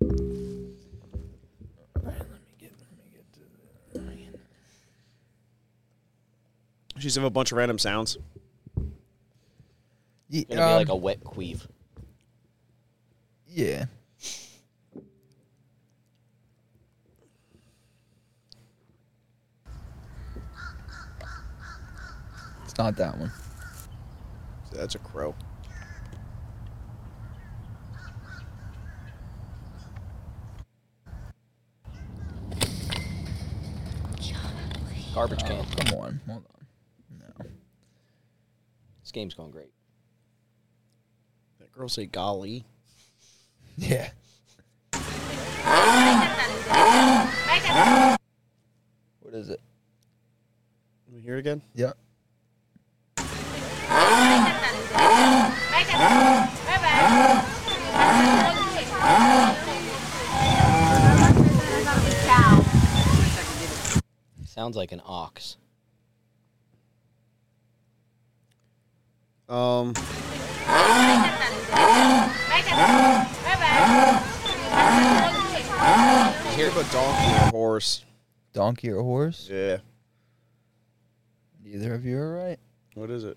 She used to have a bunch of random sounds. Yeah. It'll be like a wet queef. yeah. It's not that one. That's a crow. Garbage can. Oh, come on. Hold on. No. This game's going great. That girl say golly. Yeah. What is it? Let me hear it again. Yeah. Sounds like an ox. Um, hear a donkey or a horse. Donkey or horse? Yeah. Neither of you are right. What is it?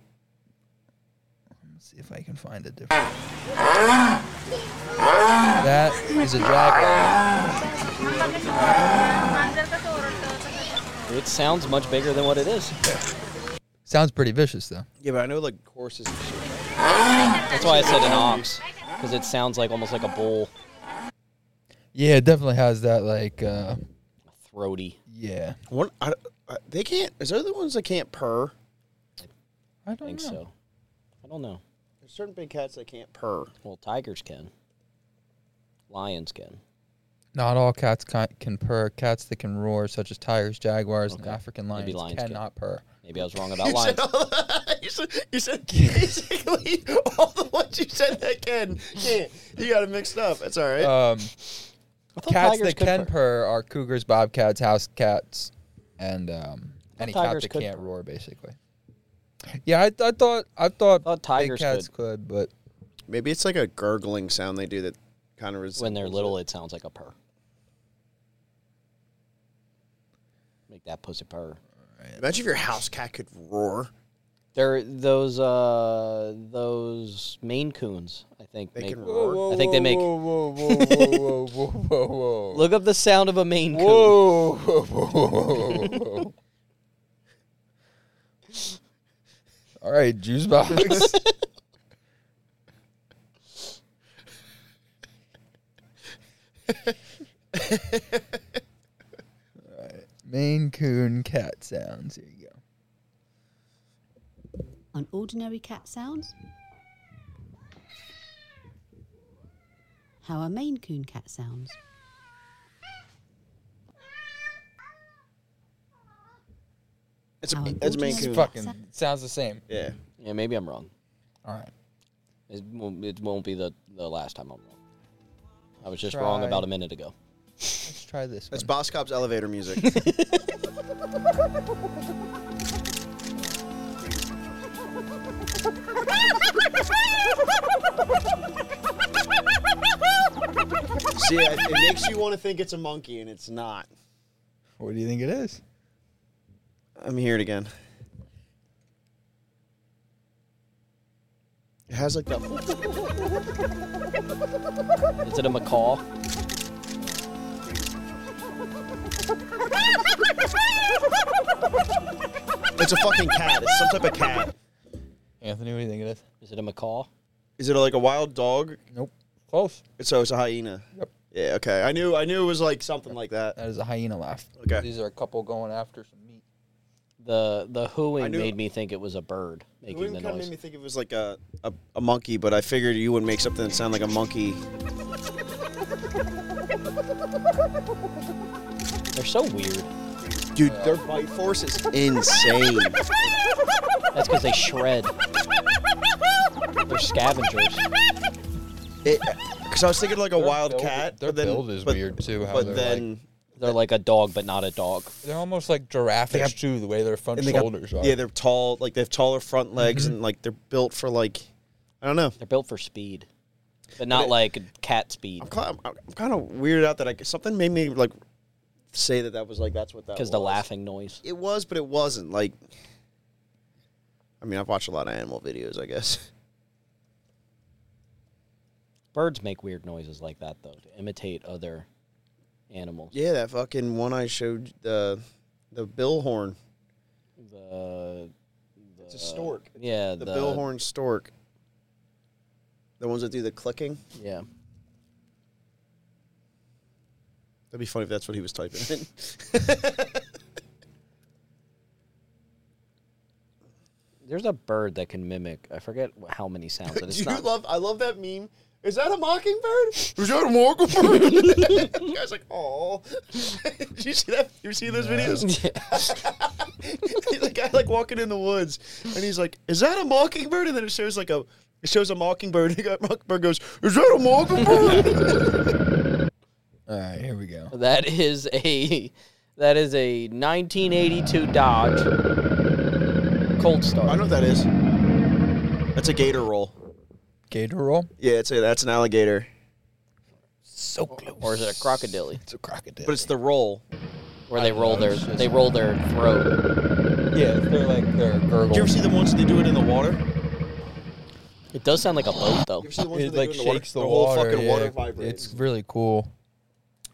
Let's see if I can find a different. that is a jaguar. It sounds much bigger than what it is. Sounds pretty vicious though. Yeah, but I know like horses. And shit. That's why I said an ox, because it sounds like almost like a bull, Yeah, it definitely has that like. uh throaty. Yeah. One, I, I- they can't. Is there the ones that can't purr? I don't I think know. so. I don't know. There's certain big cats that can't purr. Well, tigers can. Lions can. Not all cats can, can purr. Cats that can roar, such as tigers, jaguars, and Okay. African Maybe lions, lions can. cannot purr. Maybe I was wrong about lions. you, said, you said basically all the ones you said that can can't. You got it mixed up. That's all right. Um, I thought cats tigers that could can purr. purr are cougars, bobcats, house cats, and um, any cat tigers that could can't purr. roar, basically. Yeah, I, I thought I thought, thought big tigers cats could. but Maybe it's like a gurgling sound they do that kind of When they're little, it sounds like a purr. Make that pussy purr. Imagine if your house cat could roar. There, those uh, those Maine Coons, I think They make. can roar. I think they make. Whoa, whoa, whoa, whoa, whoa, whoa, whoa, whoa. Look up the sound of a Maine Coon. Whoa, whoa, whoa, whoa, whoa, whoa. All right, juice box. Maine Coon cat sounds. Here you go. on ordinary cat sounds? How a Maine Coon cat sounds. It's a How an that's Maine ordinary Coon. cat Fucking sound- Oh, sounds the same. Yeah. Yeah, maybe I'm wrong. All right. It won't, it won't be the, the last time I'm wrong. I was just wrong Try. about a minute ago. Let's try this. It's one. Boss Cop's elevator music. See, it, it makes you want to think it's a monkey, and it's not. what do you think it is? Let me hear it again. It has like that. Is it a macaw? It's a fucking cat. It's some type of cat. Anthony, what do you think it is? Is it a macaw? Is it like a wild dog? Nope. Close. So it's a hyena. Yep. Yeah. Okay. I knew. I knew it was like something like that. That is a hyena laugh. Okay. These are a couple going after some meat. The the I hooing knew- made me think it was a bird making William the kind of noise. made me think it was like a, a, a monkey, but I figured you would make something that sound like a monkey. They're so weird. Dude, their Uh, bite force is insane. That's because they shred. They're scavengers. Because I was thinking like a wild build- cat. their but then- build is but- weird, too, how but they're, then They're like a dog, but not a dog. They're almost like giraffe got- too, the way their front and they got- shoulders are. yeah, they're tall. Like they have taller front legs, and like they're built for like I don't know. They're built for speed, but not it- like cat speed. I'm kind of, I'm kind of weirded out that I something made me like say that that was like that's what that Because the was. laughing noise. It was, but it wasn't. Like, I mean, I've watched a lot of animal videos. I guess. Birds make weird noises like that, though, to imitate other animals. Yeah, that fucking one I showed the the billhorn. The, It's a stork. yeah, The, billhorn stork. The ones that do the clicking. Yeah. That'd be funny if that's what he was typing. in. There's a bird that can mimic. I forget wh- how many sounds. and It's do you not. love? I love that meme. Is that a mockingbird? Is that a mockingbird? the guy's like, oh. Did you see that? You see those videos? the guy like walking in the woods, and he's like, "Is that a mockingbird?" And then it shows like a, it shows a mockingbird. And the guy- mockingbird goes, "Is that a mockingbird?" All right, here we go. that is a that is a 1982 Dodge Cold I Star. know what that is. That's a gator roll. Gator roll. Yeah, it's a, that's an alligator, So close. Or is it a crocodile? It's a crocodile. but it's the roll. Where they don't roll know, their it's just- they roll their throat. yeah, they're like they're gurgle. Do you ever see the ones that they do it in the water? You It does sound like a boat though. ever see the ones it that they like do it in the water? shakes the, whole water. fucking yeah. water vibrates. It's really cool.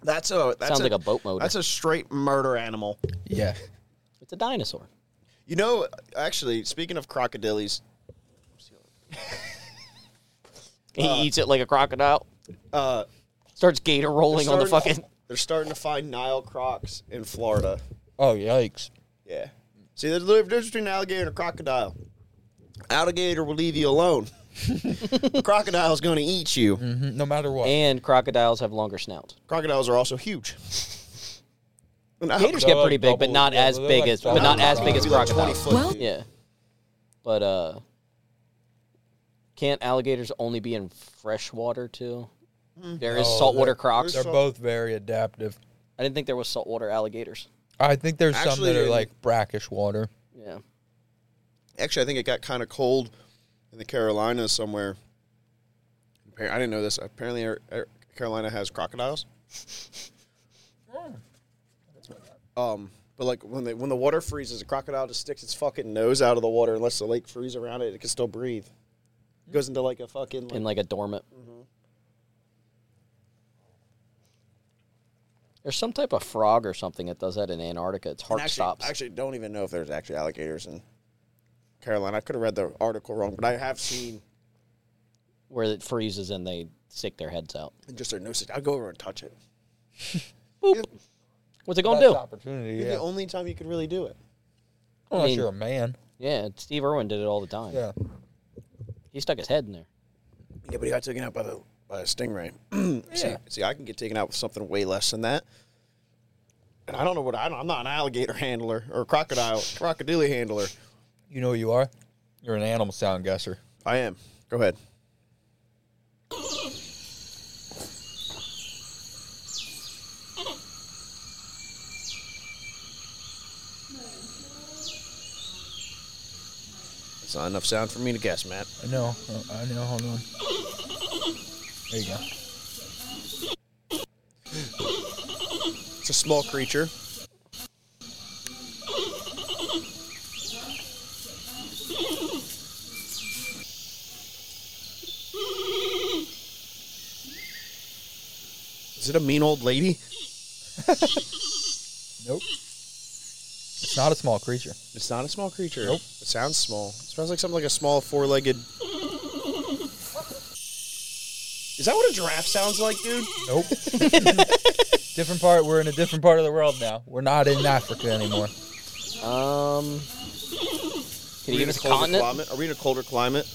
That's a that's Sounds like a boat motor. That's a straight murder animal. Yeah. It's a dinosaur. You know, actually, speaking of crocodilies, He eats it like a crocodile. uh, Starts gator rolling on the starting- fucking. they're starting to find Nile crocs in Florida. Oh yikes! Yeah. See, there's a difference between an alligator and a crocodile. Alligator will leave you alone. the crocodile's going to eat you. Mhm, No matter what. And crocodiles have longer snouts. Crocodiles are also huge. An al- Gators They're get pretty like big, but double- not yeah, as they're big like as but not double as big as Be like 20 crocodiles. foot, Well- dude. Yeah. But uh can't alligators only be in fresh water too? There is No, saltwater they're- crocs. They're both very adaptive. I didn't think there was saltwater alligators. I think there's some Actually, um, that are in- like brackish water. Yeah. actually, I think it got kind of cold in the Carolinas somewhere. Appar- I didn't know this. Apparently, Ar- Ar- Carolina has crocodiles. Um, but like when they, when the water freezes, a crocodile just sticks its fucking nose out of the water and lets the lake freeze around it. It can still breathe. It goes into like a fucking. Like, In like a dormant. There's some type of frog or something that does that in Antarctica. Its heart actually, stops. I actually don't even know if there's actually alligators in Carolina. I could have read the article wrong, but I have seen where it freezes and they stick their heads out. just their noses. I'll go over and touch it. What's it gonna That's do? opportunity. It's Yeah. The only time you could really do it. Unless mean- you're a man. Yeah, Steve Irwin did it all the time. Yeah. He stuck his head in there. Yeah, but he got taken out by the by a stingray. see, Yeah. see, I can get taken out with something way less than that. And I don't know what I don't, I'm not an alligator handler or a crocodile crocodile handler. You know who you are? You're an animal sound guesser. I am. Go ahead. It's not enough sound for me to guess, Matt. I know. I know. Hold on. There you go. It's a small creature. Is it a mean old lady? Nope. It's not a small creature. It's not a small creature. Nope. It sounds small. It sounds like something like a small four-legged. Is that what a giraffe sounds like, dude? Nope. different part. We're in a different part of the world now. We're not in Africa anymore. Um, can Are we in you give us a colder continent? climate? Are we in a colder climate?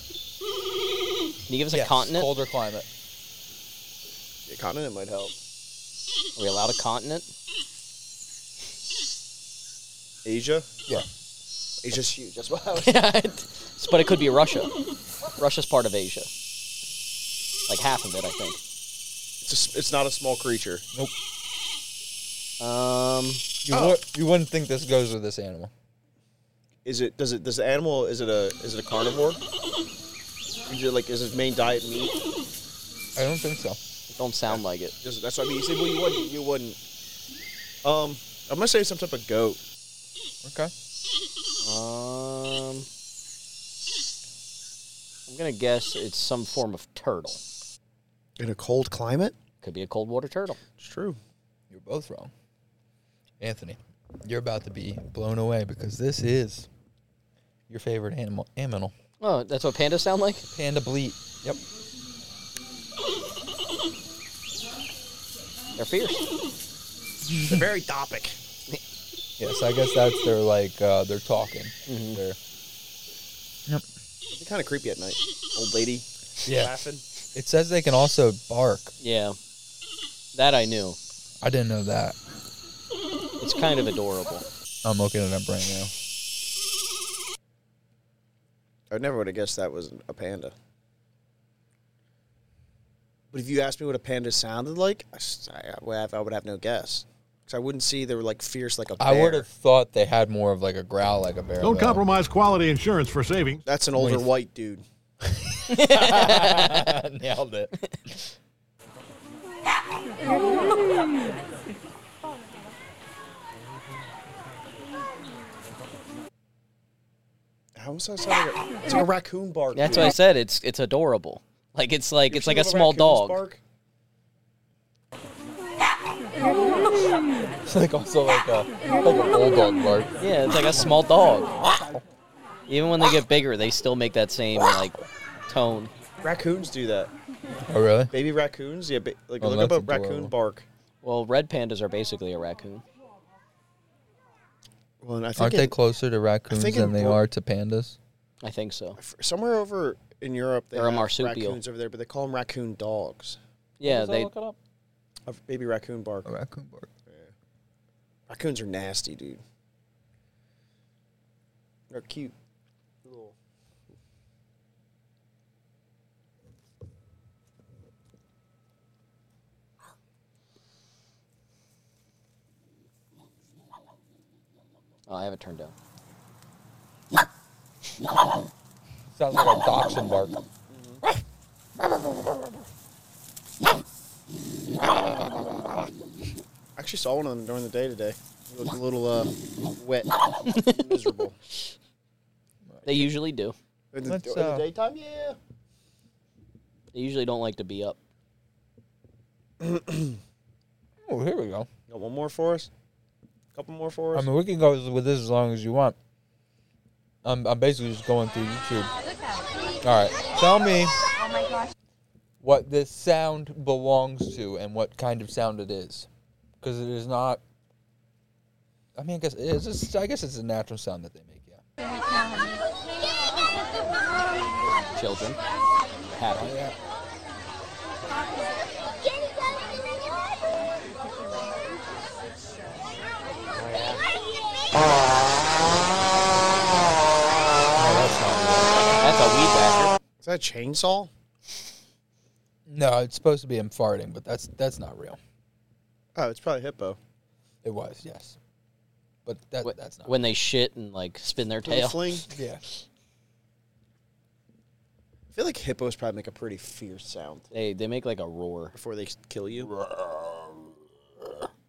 Can you give us Yes, a continent? Colder climate. Yeah, continent might help. Are we allowed a continent? Asia. Yeah. Asia's huge. That's why. I was- but it could be Russia. Russia's part of Asia. Like half of it, I think. It's, a s it's not a small creature. Nope. Um, You, Oh. would, you wouldn't think this goes with this animal. Is it? Does it? Does the animal? Is it a? Is it a carnivore? Is it like? Is its main diet meat? I don't think so. it don't sound like it. Does it, that's what I mean. You said, well, you wouldn't. You wouldn't. Um, I'm gonna say some type of goat. Okay. Um, I'm gonna guess it's some form of turtle. In a cold climate. Could be a cold water turtle. It's true. You're both wrong. Anthony, you're about to be blown away because this is your favorite animal. Aminal. Oh, that's what pandas sound like. Panda bleat. Yep. They're fierce. It's a very topic. Yes, I guess that's their like uh, they're talking. Their- They're kind of creepy at night. Old lady yeah. laughing. It says they can also bark. Yeah, that I knew. I didn't know that. It's kind of adorable. I'm looking it up right now. I never would have guessed that was a panda. But if you asked me what a panda sounded like, I, s- I- I would, have, I would have no guess. Because I wouldn't see they were like fierce like a bear. I would have thought they had more of like a growl, like a bear. Don't but- compromise quality insurance for savings. That's an older Wait. white dude. Nailed it. How does that sound like a, it's like a raccoon bark. That's dude. what I said. It's it's adorable. Like it's like it's You like ever a seen small little raccoons dog. bark? It's like also like a like a bulldog bark. Yeah, it's like a small dog. Even when they get bigger, they still make that same like tone. Raccoons do that. Oh really? Baby raccoons? Yeah, ba- like Oh, look up that's a adorable. raccoon bark. Well, red pandas are basically a raccoon. Well, and I think Aren't they in- closer to raccoons think than in they Bro- are to pandas? I think so. f- somewhere over in Europe they They're a have marsupial. raccoons over there, but they call them raccoon dogs. Yeah, they. A baby raccoon bark. A raccoon bark. Raccoons are nasty, dude. They're cute. Little. Oh, I have it turned down. Sounds like a dachshund bark. I actually saw one of them during the day today. They looked a little uh, wet, and miserable. They usually do. In the, Let's, in the uh, daytime, yeah. They usually don't like to be up. Oh, here we go. Got one more for us. Couple more for I us. mean, we can go with this as long as you want. I'm, I'm basically just going through YouTube. All right, tell me what this sound belongs to and what kind of sound it is, because it is not. I mean, I guess it is. It's, I guess it's a natural sound that they make. Yeah. Children, happy. That's a weed whacker. Is that a chainsaw? No, it's supposed to be him farting, but that's that's not real. Oh, it's probably a hippo. It was yes, but that, Wh- that's not. When they shit and like spin their Little tail. fling. yeah. feel like hippos probably make a pretty fierce sound They they make like a roar. before they kill you.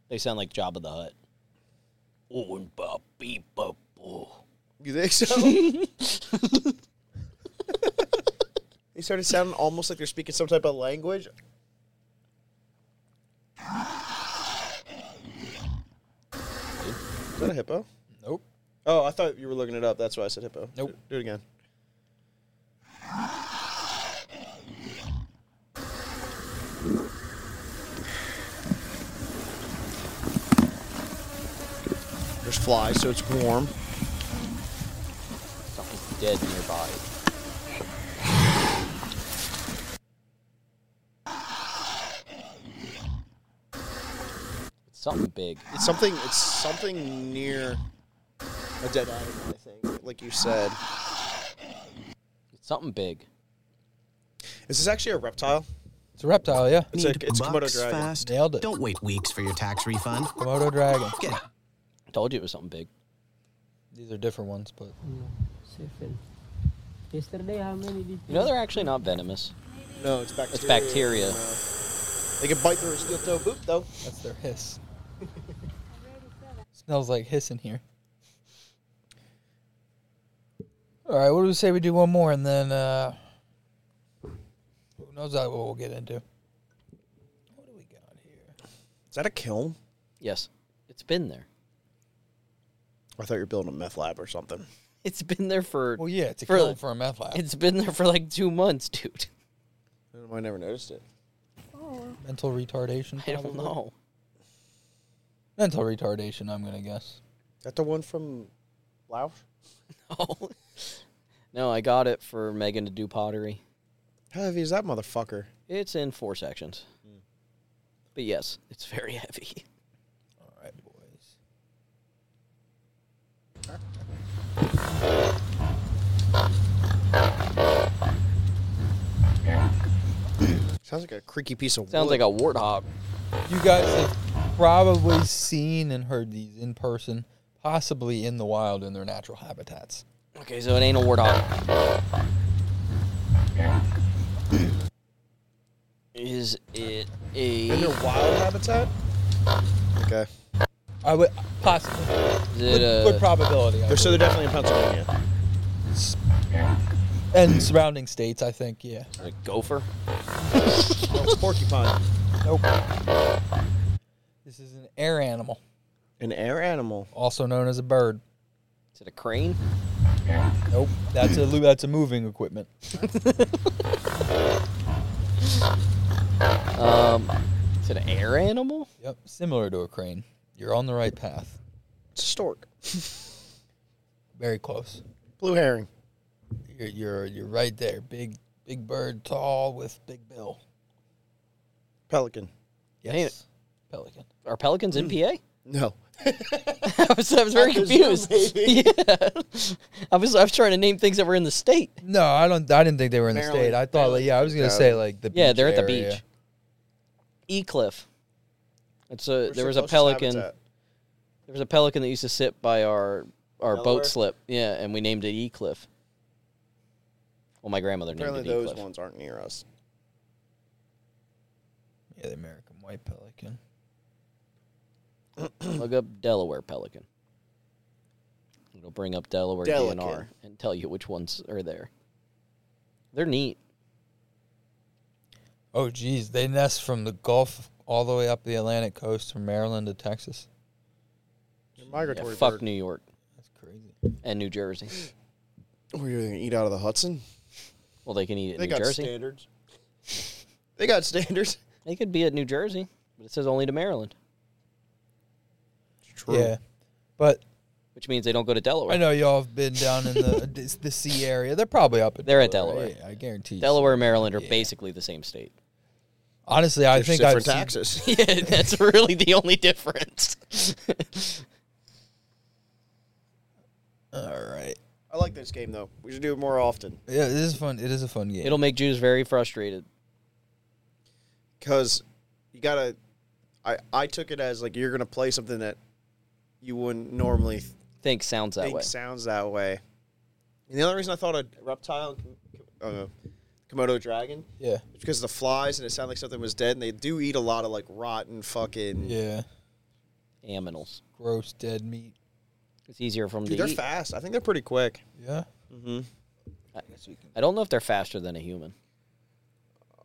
They sound like Jabba the Hutt. Oom ba beep ba boo. You think so? they started sounding almost like they're speaking some type of language. Is that a hippo? Nope. Oh, I thought you were looking it up. That's why I said hippo. Nope. Do, do it again. There's flies, so it's warm. Something's dead nearby. It's something big. It's something. It's something near a dead animal. I think, like you said, It's something big. is this actually a reptile? It's a reptile, yeah. It's a, it's a Komodo bucks dragon. fast. Nailed it. Don't wait weeks for your tax refund. Komodo dragon. Get it. I told you it was something big. These are different ones, but Yesterday, how many did You know they're actually not venomous. No, it's bacteria. It's bacteria. They can bite through a steel toe boot, though. that's their hiss. Smells like hiss in here. All right, what do we say we do one more and then uh who knows what we'll get into. What do we got here? Is that a kiln? Yes, it's been there. I thought you were building a meth lab or something. It's been there for. Well, yeah, it's a for- kiln for a meth lab. It's been there for like two months, dude. I never noticed it. Mental retardation. I don't probably. know. Mental retardation, I'm going to guess. That the one from Laos? No. no, I got it for Megan to do pottery. How heavy is that motherfucker? It's in four sections. But yes, it's very heavy. All right, boys. Sounds like a creaky piece of Sounds like wood. a warthog. You guys have probably seen and heard these in person, possibly in the wild in their natural habitats. Okay, so it ain't a warthog. Is it a in their wild habitat. Okay. I would possibly. is Good, it a good probability. I They're, so believe. they're definitely in Pennsylvania. and surrounding states, I think. Yeah. a gopher? No, it's a porcupine. Nope. This is an air animal, An air animal. also known as a bird. Is it a crane? Nope. That's a lo- that's a moving equipment. Um, is it an air animal? Yep. Similar to a crane. You're on the right path. It's a stork. Very close. Blue herring. You're you're, you're right there. Big big bird, tall with big bill. Pelican. Yes. Pelican. Are pelicans in PA? No. I was, I was very That is dumb, confused. baby. Yeah. I was I was trying to name things that were in the state. No, I don't. I didn't think they were in the state. Maryland- I thought, like, yeah, I was gonna say like the Yeah, beach they're at the area. beach. E Cliff. It's a Where's there the was a closest pelican. habitat? There was a pelican that used to sit by our our Delaware? boat slip. Yeah, and we named it E Cliff. Well, my grandmother named Apparently it E those Cliff. ones aren't near us. Yeah, the American white pelican. Look up Delaware pelican. It'll bring up Delaware Delican. DNR and tell you which ones are there. They're neat. Oh, geez, they nest from the Gulf all the way up the Atlantic coast from Maryland to Texas. They're Yeah, migratory fuck bird. New York That's crazy. and New Jersey. What are you gonna eat out of the Hudson? Well, they can eat at They New got Jersey. standards. They got standards. They could be at New Jersey, but it says only to Maryland, True. Yeah, but which means they don't go to Delaware. I know y'all have been down in the this, the sea area. They're probably up. In They're at Yeah, I guarantee. you. Delaware and Maryland are Yeah. basically the same state. Honestly, I There's think different I've seen- taxes. yeah, that's really the only difference. All right. I like this game though. We should do it more often Yeah, it is fun. It is a fun game. It'll make Jews very frustrated. because you gotta. I I took it as like you're gonna play something that you wouldn't normally Think sounds that think way. sounds that way. And the only reason I thought a reptile and com- com- uh, Komodo dragon. Yeah. It's because of the flies and it sounded like something was dead and they do eat a lot of like rotten fucking Yeah. aminals. Gross dead meat. It's easier for them Dude, to they're eat. fast. I think they're pretty quick. Yeah. I don't know if they're faster than a human.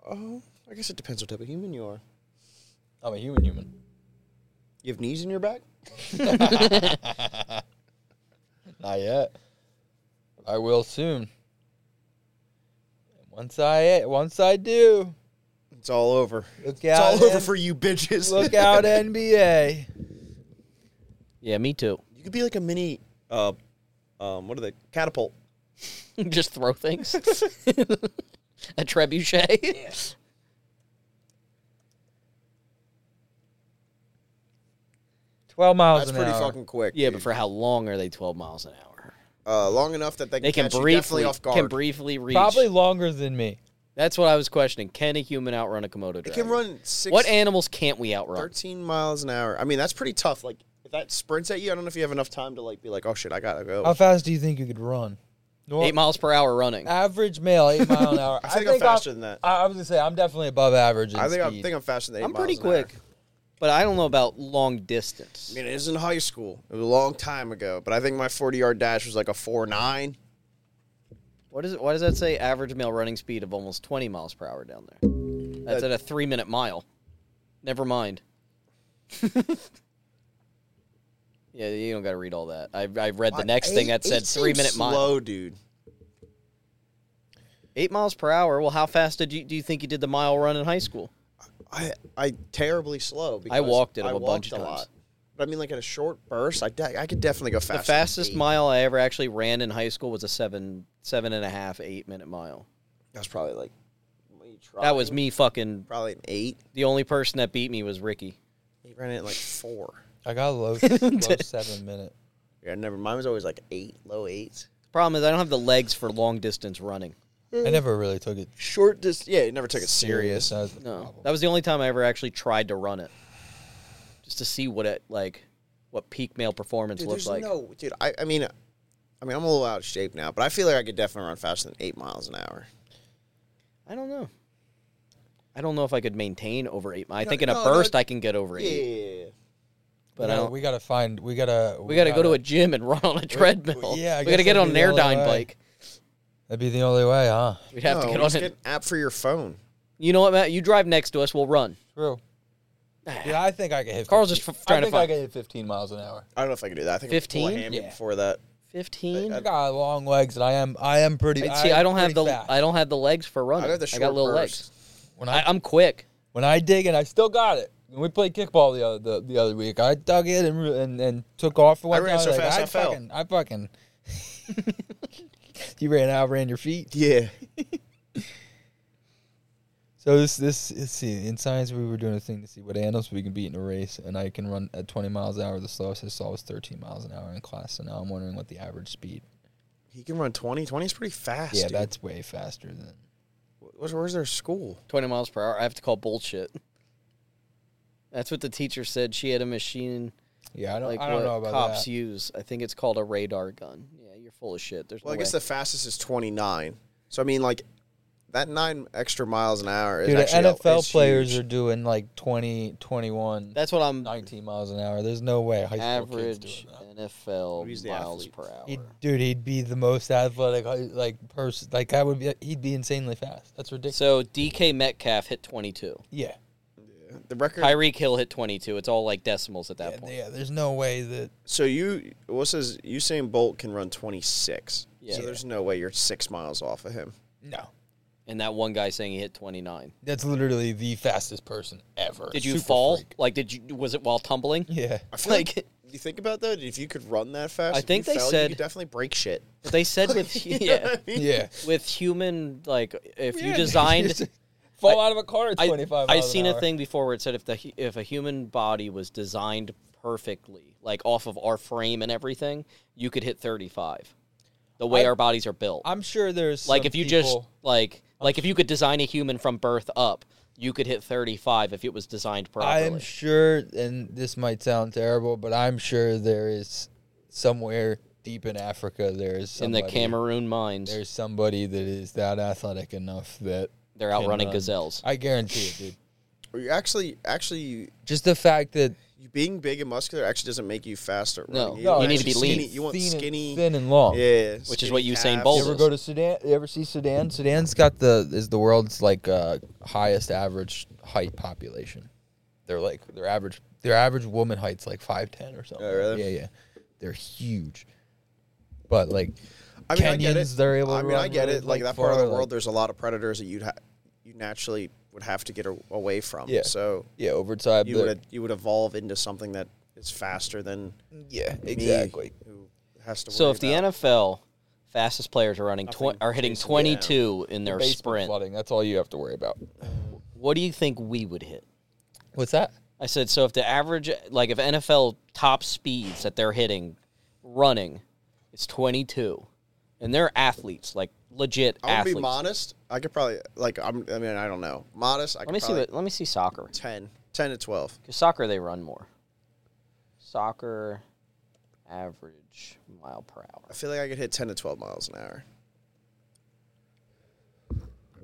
Oh, I guess it depends what type of human you are. I'm a human human. You have knees in your back? Not yet. I will soon. Once I once I do, It's all over. look It's out! all over N- for you bitches. look out NBA. Yeah, me too. You could be like a mini uh um what are they? Catapult. Just throw things. a trebuchet. Twelve miles That's an pretty hour. fucking quick. Yeah, dude. but for how long are they? Twelve miles an hour. uh, long enough that they can, They can catch you briefly definitely off guard. can briefly reach. Probably longer than me. That's what I was questioning. Can a human outrun a Komodo dragon? It can run six, What animals can't we outrun? 13 miles an hour. I mean, that's pretty tough. Like, if that sprints at you, I don't know if you have enough time to, like, be like, oh, shit, I gotta go. How fast do you think you could run? Nor- Eight miles per hour running. average male, eight mile an hour. I think I'm faster than that. I, I was gonna say I'm definitely above average. In I think, I speed. think I'm faster than eight I'm pretty miles an hour. quick, but I don't know about long distance. I mean, it was in high school. It was a long time ago, but I think my 40 yard dash was like a 4 9. What is it? Why does that say average male running speed of almost 20 miles per hour down there? That's at a three minute mile. Never mind. yeah, you don't got to read all that. I, I read the next thing that said three minute slow, mile. Slow, dude. Eight miles per hour. Well, how fast did you do you think you did the mile run in high school? I, I terribly slow. Because walked it I a bunch walked of a times. lot. But I mean, like, in a short burst, I, de- I could definitely go faster. The fastest than eight. mile I ever actually ran in high school was a seven, seven and a half, eight minute mile. That's probably like. what you tried. That was me fucking. Probably an 8. The only person that beat me was Ricky. He ran it at, like 4. I got a low, low seven minute. Yeah, never. Mine was always like 8, low 8s. Problem is, I don't have the legs for long distance running. I never really took it short distance. Yeah, you never took it serious. serious. That was the No, problem. that was the only time I ever actually tried to run it, just to see what it like, what peak male performance Dude, looks there's like. no dude. I, I mean, I mean, I'm a little out of shape now, but I feel like I could definitely run faster than eight miles an hour. I don't know. I don't know if I could maintain over eight. mi- I No, think in a no, no, burst I can get over eight, Yeah, but I No, don't. we gotta find. We gotta. we got to go to a gym and run on a treadmill. yeah, I we got to guess get that'd on be an the only way. Airdyne bike. That'd be the only way, huh? We'd have to get on it. an app for your phone. You know what, Matt? You drive next to us. We'll run. True. Yeah, I think I could hit. Carl's 15 just f- trying I to think I find- could hit 15 miles an hour. I don't know if I could do that. I think I could pull a 15? hammy Yeah. before that. Fifteen. I got long legs, and I am. I am pretty. See, I don't am have the. pretty fast. I don't have the legs for running. I I got got, the short little bursts. legs. when I, I I'm quick. when I dig in, I still got it. When we played kickball the other the, the other week, I dug in and re- and, and took off for one I ran time, so like, fast I fell. fucking, I fucking. you ran out, ran your feet. Yeah, So this this let's see in science we were doing a thing to see what animals we can beat in a race, and I can run at 20 miles an hour. The slowest I saw was 13 miles an hour in class. So now I'm wondering what the average speed. he can run 20. 20 is pretty fast. yeah, dude. that's way faster than. Where's, where's their school? twenty miles per hour. I have to call bullshit. That's what the teacher said. She had a machine Yeah, I don't. like I don't what know about cops that. use. I think it's called a radar gun. Yeah, you're full of shit. There's Well, I no guess way. the fastest is 29. So I mean, like that nine extra miles an hour is Dude, the actually NFL players are doing like 20, 21, that's what I'm 19 miles an hour. There's no way high school kids average doing that. NFL He's the miles athlete. per hour. He'd, dude, he'd be the most athletic high- like person. Like that would be. He'd be insanely fast. That's ridiculous. So DK Metcalf hit 22. yeah, are the record. Tyreek Hill hit 22. It's all like decimals at that yeah, point. yeah. There's no way that. So you, what says Usain Bolt can run 26. Yeah. So there's no way you're six miles off of him. No, And that one guy saying he hit 29. that's literally the fastest person ever. Did you Super fall? freak. Like, did you? Was it while tumbling? Yeah. I feel like, Like, you think about that. If you could run that fast, I if think you they fell, you said- could definitely break shit. they said with yeah, Yeah. with human like if Yeah, you designed just fall out of a car at I- 25. I've miles an seen a hour. thing before where it said if the hu- if a human body was designed perfectly, like off of our frame and everything, you could hit 35. The way I- our bodies are built. I'm sure there's like some if you just people- like like if you could design a human from birth up, you could hit 35 if it was designed I properly. am sure, and this might sound terrible, but I'm sure there is somewhere deep in Africa, there is in somebody, the Cameroon mines. There's somebody that is that athletic enough that They're can outrunning run. gazelles. I guarantee it, dude. Are you actually actually you, Just the fact that you being big and muscular actually doesn't make you faster. No. running. No, want you need to actually be lean. skinny- You want thin and- skinny, thin and long. yeah, Which is skinny what Usain calves. Bolt You ever is. go to Sudan? You ever see Sudan? Sudan's got the is the world's like uh, highest average height population. They're like their average their average woman height's like five ten or something. Oh, really? Yeah, yeah. They're huge. But like I mean, I get Kenyans, it. they're able I to mean, I run get really, it. Like, like, that part of far, the world, like- there's a lot of predators that you'd ha- you naturally would have to get a- away from. Yeah. So yeah, over time. you they're- would you would evolve into something that is faster than yeah, me, exactly. who has to. So worry if the about- NFL fastest players are running twen- Nothing are hitting chasing 22 in their Basement sprint, flooding. That's all you have to worry about. what do you think we would hit? What's that? I said so if the average like if NFL top speeds that they're hitting running is 22 and they're athletes like legit I would athletes. be modest. I could probably like I'm. I mean, I don't know. Modest. I could Let me see probably what let me see soccer. 10, 10 to twelve. Cuz soccer they run more. Soccer average mile per hour. I feel like I could hit ten to twelve miles an hour.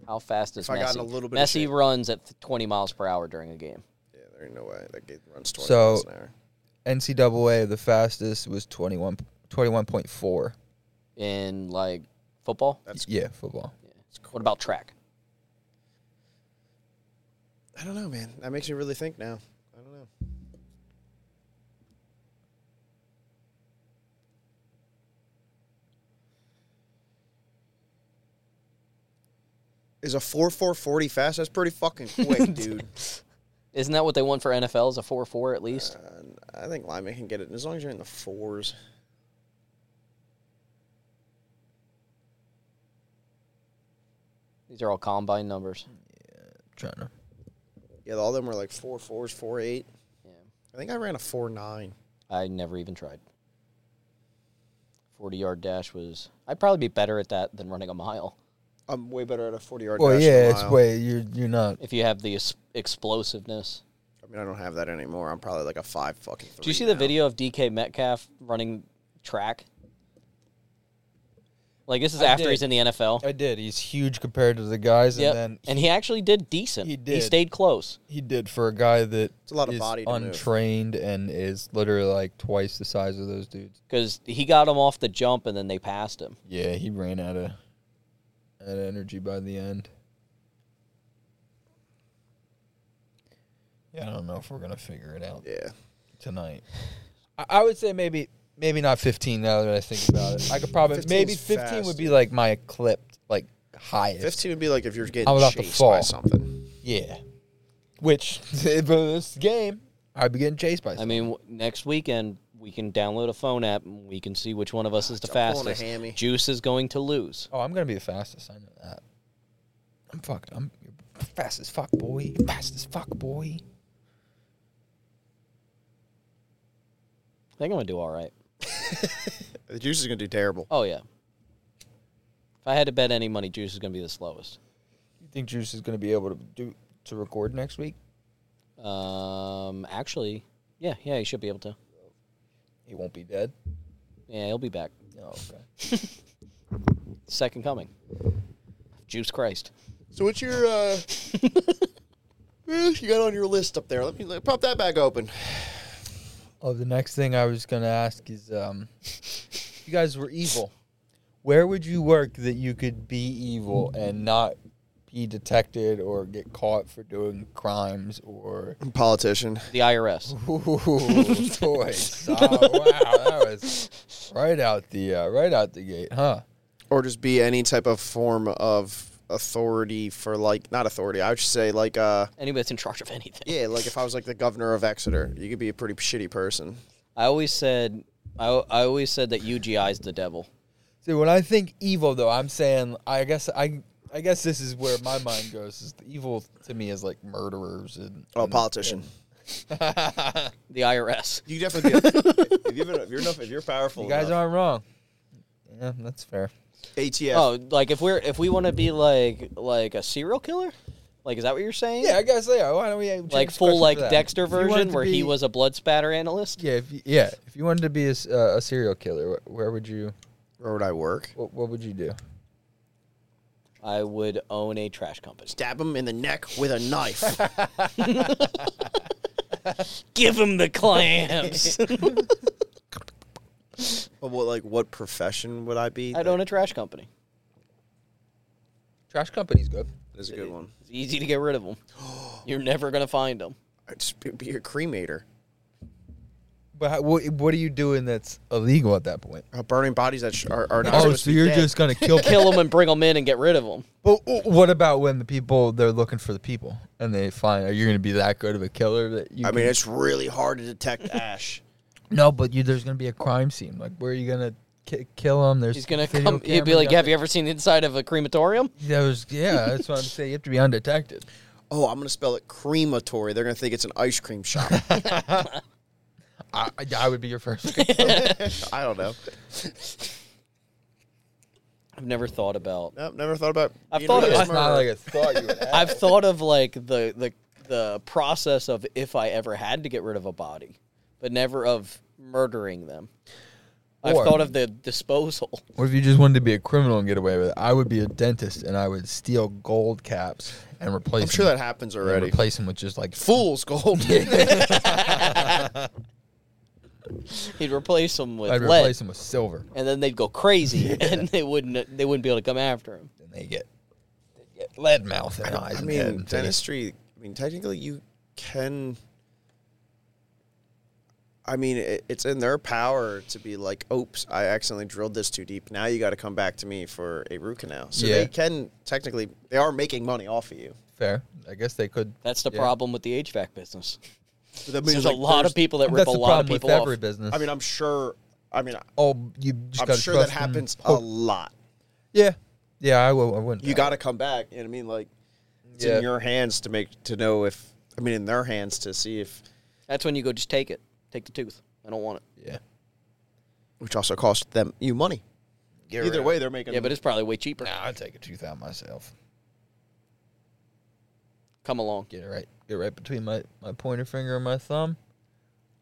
How fast is If I got Messi? in a little bit of Messi shape. runs at th- 20 miles per hour during a game. Yeah, there ain't no way that gate runs twenty So- miles an hour. NCAA the fastest was 21, 21.4. in like football? That's Yeah, football. What about track? I don't know, man. That makes me really think now. I don't know. Is a four four forty fast? That's pretty fucking quick, dude. Isn't that what they want for NFL? Is a four four at least? Uh, I think Lyman can get it as long as you're in the fours. These are all combine numbers. trying to. Yeah, all of them were like four fours, four eight. Yeah. I think I ran a four nine. I never even tried. Forty yard dash was. I'd probably be better at that than running a mile I'm way better at a forty yard. Well, dash than a yeah, it's mile. way you're you're not. if you have the es- explosiveness. I mean, I don't have that anymore. I'm probably like a five fucking. Three Do Oh, you see the now. video of DK Metcalf running track? Like this is I after did. he's in the NFL. I did. He's huge compared to the guys, Yep. and then and he actually did decent. He He did. stayed close. he did for a guy that It's a lot of is body to move. untrained and is literally like twice the size of those dudes. because he got him off the jump and then they passed him. Yeah, he ran out of out of energy by the end. Yeah, I don't know if we're gonna figure it out Yeah. tonight. I, I would say maybe maybe not fifteen. Now that I think about it, I could probably 15 is maybe fifteen fast, would be dude. like my clipped like highest. 15 would be like if you're getting I'm about to chased by fall. something. Yeah, which for this game, I'd be getting chased by. I Something. mean, w- next weekend we can download a phone app and we can see which one of us is the I'm pulling a fastest. hammy. Juice is going to lose. Oh, I'm gonna be the fastest. I know that. I'm fucked. I'm fast as fuck, boy. Fast as fuck, boy. I think I'm gonna do all right. The juice is going to do terrible. Oh yeah. If I had to bet any money, Juice is gonna be the slowest. You think Juice is gonna be able to do to record next week? Um, actually, yeah, yeah, he should be able to. He won't be dead. Yeah, he'll be back. Oh, okay. Second coming. Juice Christ. So what's your uh eh, you got on your list up there? Let me let, pop that back open. Oh, the next thing I was gonna ask is, um, if you guys were evil. Where would you work that you could be evil and not be detected or get caught for doing crimes or? Politician. The IRS. Ooh, boy! Oh, wow, that was right out the uh, right out the gate, huh? Or just be any type of form of authority for like not authority. I would just say like uh Anybody that's in charge of anything. yeah, like if I was like the governor of Exeter, you could be a pretty shitty person. I always said, I, I always said that UGI is the devil. See, when I think evil, though, I'm saying I guess I I guess this is where my mind goes. Is the evil to me is like murderers and Oh, and- politician. The IRS. You definitely be a, if, you're, if you're enough if you're powerful. You guys enough. aren't wrong. Yeah, that's fair. ATF. Oh, like if we're if we want to be like like a serial killer, Like, is that what you're saying? Yeah, I guess they are. Why don't we have Like James full Christopher like for that? Dexter If you wanted version to where be- he was a blood spatter analyst. Yeah, if you, yeah. If you wanted to be a, s- uh, a serial killer, wh- where would you? Where would I work? What, what would you do? I would own a trash company. Stab him in the neck with a knife. Give him the clams. but what, like, what profession would I be? I'd own a trash company. Trash company's good. That's a good one. It's easy to get rid of them. You're never gonna find them. I'd Uh, just be, be a cremator. But how, what, what are you doing that's illegal at that point? Uh, burning bodies that sh- are, are not. Oh, supposed so to be you're dead. just gonna kill? people. Kill them and bring them in and get rid of them. but w- what about when the people they're looking for the people and they find? Are you gonna be that good of a killer that you? I can- mean, it's really hard to detect ash. no, but you, there's gonna be a crime scene. Like, where are you gonna ki- kill them? There's He's gonna video come. He'd be cameras like, out "Have you ever seen the inside of a crematorium?" there. There's- yeah, that's what I'm saying. You have to be undetected. Oh, I'm gonna spell it crematory. They're gonna think it's an ice cream shop. I, I- I would be your first. victim. I don't know. I've never thought about. Nope, never thought about. I've being thought really about- it's smart. not like a thought you would have. I've thought of like the the the process of if I ever had to get rid of a body, but never of murdering them. I've Or- thought of the disposal. What if you just wanted to be a criminal and get away with it? I would be a dentist and I would steal gold caps and replace. I'm sure them, that happens and already. Replace them with just like Fool's gold. He'd replace them with I'd lead, replace them with silver, and then they'd go crazy, and they wouldn't they wouldn't be able to come after him. and they get, they get lead mouth and eyes. and I head mean, and face. dentistry. I mean, technically, you can. I mean, it, it's in their power to be like, "Oops, I accidentally drilled this too deep. Now you got to come back to me for a root canal." So Yeah. they can technically, they are making money off of you. Fair. I guess they could. That's the Yeah. problem with the HVAC business. But that There's means, like, a lot of there's- people that rip That's a the lot problem of people with every off. business. I mean, I'm sure. I mean, oh, you just I'm gotta sure that trust 'em. happens a Oh, lot. yeah, yeah. I, w- I wouldn't. You got to come back. You know what I mean? Like, it's Yeah. in your hands to make to know if. I mean, in their hands to see if, That's when you go just take it, take the tooth. I don't want it. Yeah. which also costs them you money. Either way, they're making. Yeah, but it's probably way cheaper. Nah, I'd take a tooth out myself. Come along. Get it right. Get it right between my, my pointer finger and my thumb.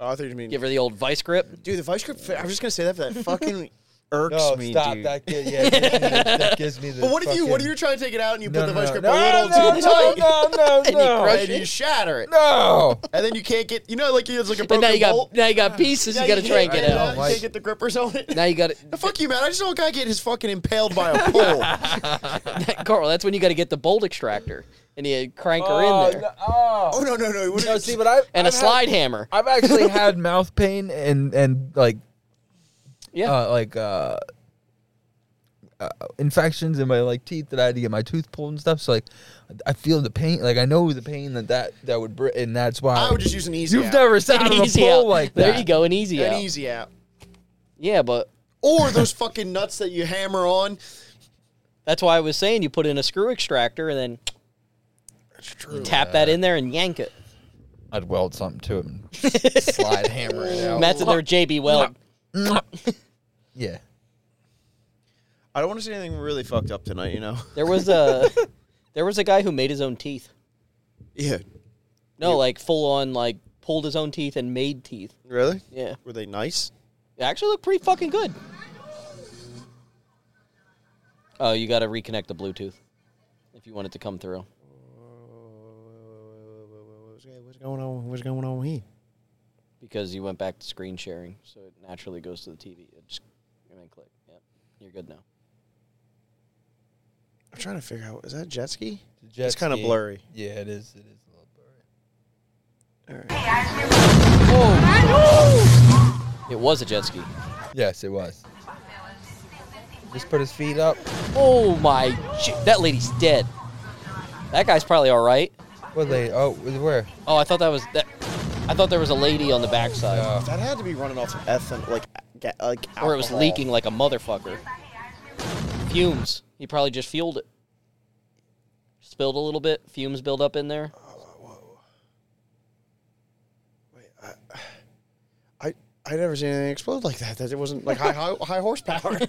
Oh, I thought you mean Give her the old vice grip. Dude, the vice grip. I was just gonna say that, but that fucking irks me, dude. gives, yeah, gives me the, that gives me the. but what if you? What if fucking- you're trying to take it out and you put the vice grip no, a no, little too no, tight? No, no, you no. crush And you shatter it, No. and then you can't get. You know, like it's like a And broken now you got bolt. now you got pieces. Yeah, you got to try and can't get it out. out, You Mike. can't get the grippers on it. Now you got to Fuck you, man! I just don't gotta get his fucking impaled by a pole. Carl. That's when you got to get the bolt extractor and you crank her in there oh no, no, no! It No, wouldn't- see, but I and I've a slide hammer. Had, I've actually had mouth pain and and like Yeah, uh, like uh, uh, infections in my like teeth that I had to get my tooth pulled and stuff. So like, I feel the pain. Like I know the pain that that that would, br- and that's why I would just use an easy. You've out. never sat on a easy pole out. like that. There you go, an easy an out. easy out, Yeah, but or those fucking nuts that you hammer on. that's why I was saying you put in a screw extractor and then That's true. tap that in there and yank it. I'd weld something to it and slide hammer it out. And that's their JB Weld. yeah. I don't want to say anything really fucked up tonight. You know. There was a there was a guy who made his own teeth. Yeah. No, like full on like pulled his own teeth and made teeth. Really? Yeah, Were they nice? it actually looked pretty fucking good. Oh, you got to reconnect the Bluetooth if you want it to come through. What's going on? What's going on here? because you went back to screen sharing, so it naturally goes to the TV. It just and then click. Yep, you're good now. I'm trying to figure out. Is that a jet ski? Jet it's kind of ski. blurry. Yeah, it is. It is a little blurry. It was a jet ski. Yes, it was. Just put his feet up. Oh my! j- That lady's dead. That guy's probably all right. What they? Oh, where? Oh, I thought that was that. I thought there was a lady on the backside, Uh, That had to be running off ethan like ga- like or it was alcohol. leaking like a motherfucker. Fumes. He probably just fueled it. Spilled a little bit. Fumes build up in there. I I never seen anything explode like that. That it wasn't like high high, high horsepower.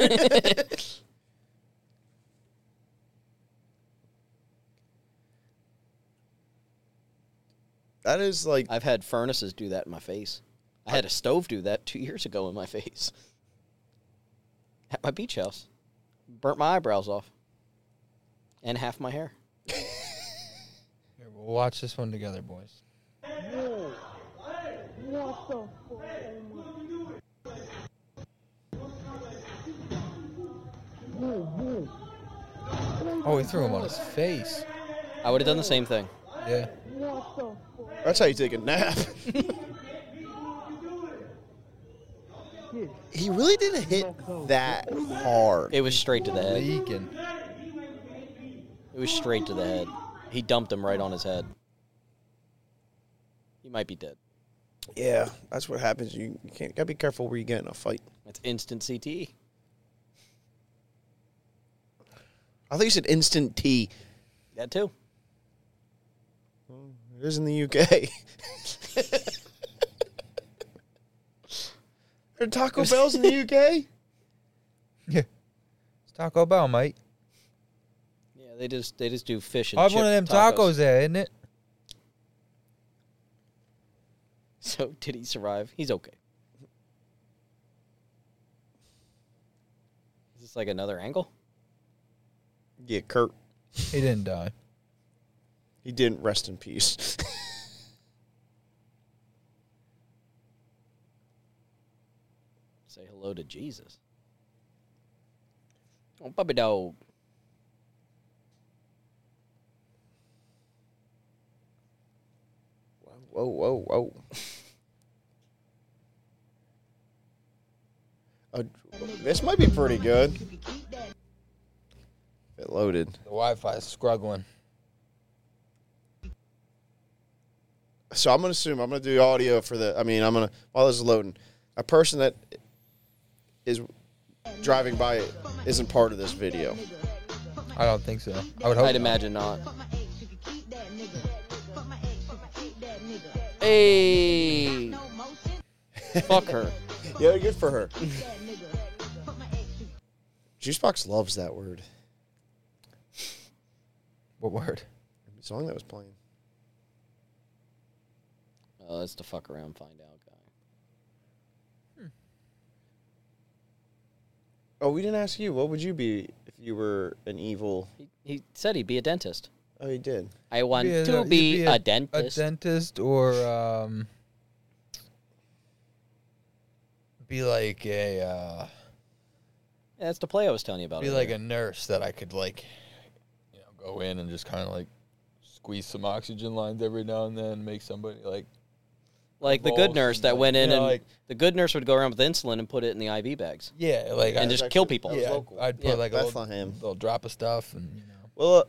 That is like I've had furnaces do that in my face. I had a stove do that two years ago in my face. At my beach house. Burnt my eyebrows off. And half my hair. Here, we'll watch this one together, boys. Oh, he threw him on his face. I would have done the same thing. Yeah. that's how you take a nap. he really didn't hit that hard. It was straight to the head. Leaking. It was straight to the head. He dumped him right on his head. He might be dead. yeah, that's what happens. You, you can't gotta be careful where you get in a fight. That's instant E. CTE. I think you said instant tea. That too. It is in the UK. Are Taco Bell's in the UK? Yeah. It's Taco Bell, mate. Yeah, they just they just do fish and I have chip one of them tacos there, isn't it? So did he survive? He's okay. Is this like another angle? Yeah, Kurt. He didn't die. He didn't rest in peace. Say hello to Jesus. Oh, puppy dog. whoa, whoa, whoa. Uh, this might be pretty good. It loaded. The Wi Fi is struggling. So I'm gonna assume I'm gonna do audio for the. I mean, I'm gonna while this is loading, a person that is driving by isn't part of this video. I don't think so. I would hope. I'd not. imagine not. Hey, fuck her. Yeah, good for her. Juicebox loves that word. What word? The song that was playing. Oh, that's the fuck around, find out guy. Oh, we didn't ask you. What would you be if you were an evil? He, he said he'd be a dentist. Oh, you did. I want Be a- to you'd be, a, dentist. A dentist or um, be like a uh, Yeah, that's the play I was telling you about. be earlier. like a nurse that I could like, you know, go in and just kind of like squeeze some oxygen lines every now and then, make somebody like like the good Balls nurse and that like- went in yeah, and like- the good nurse would go around with insulin and put it in the IV bags yeah, like I and just kill people. yeah, I'd- I'd put Yeah, like a little, Bethlehem. little drop of stuff and you know. Well, uh,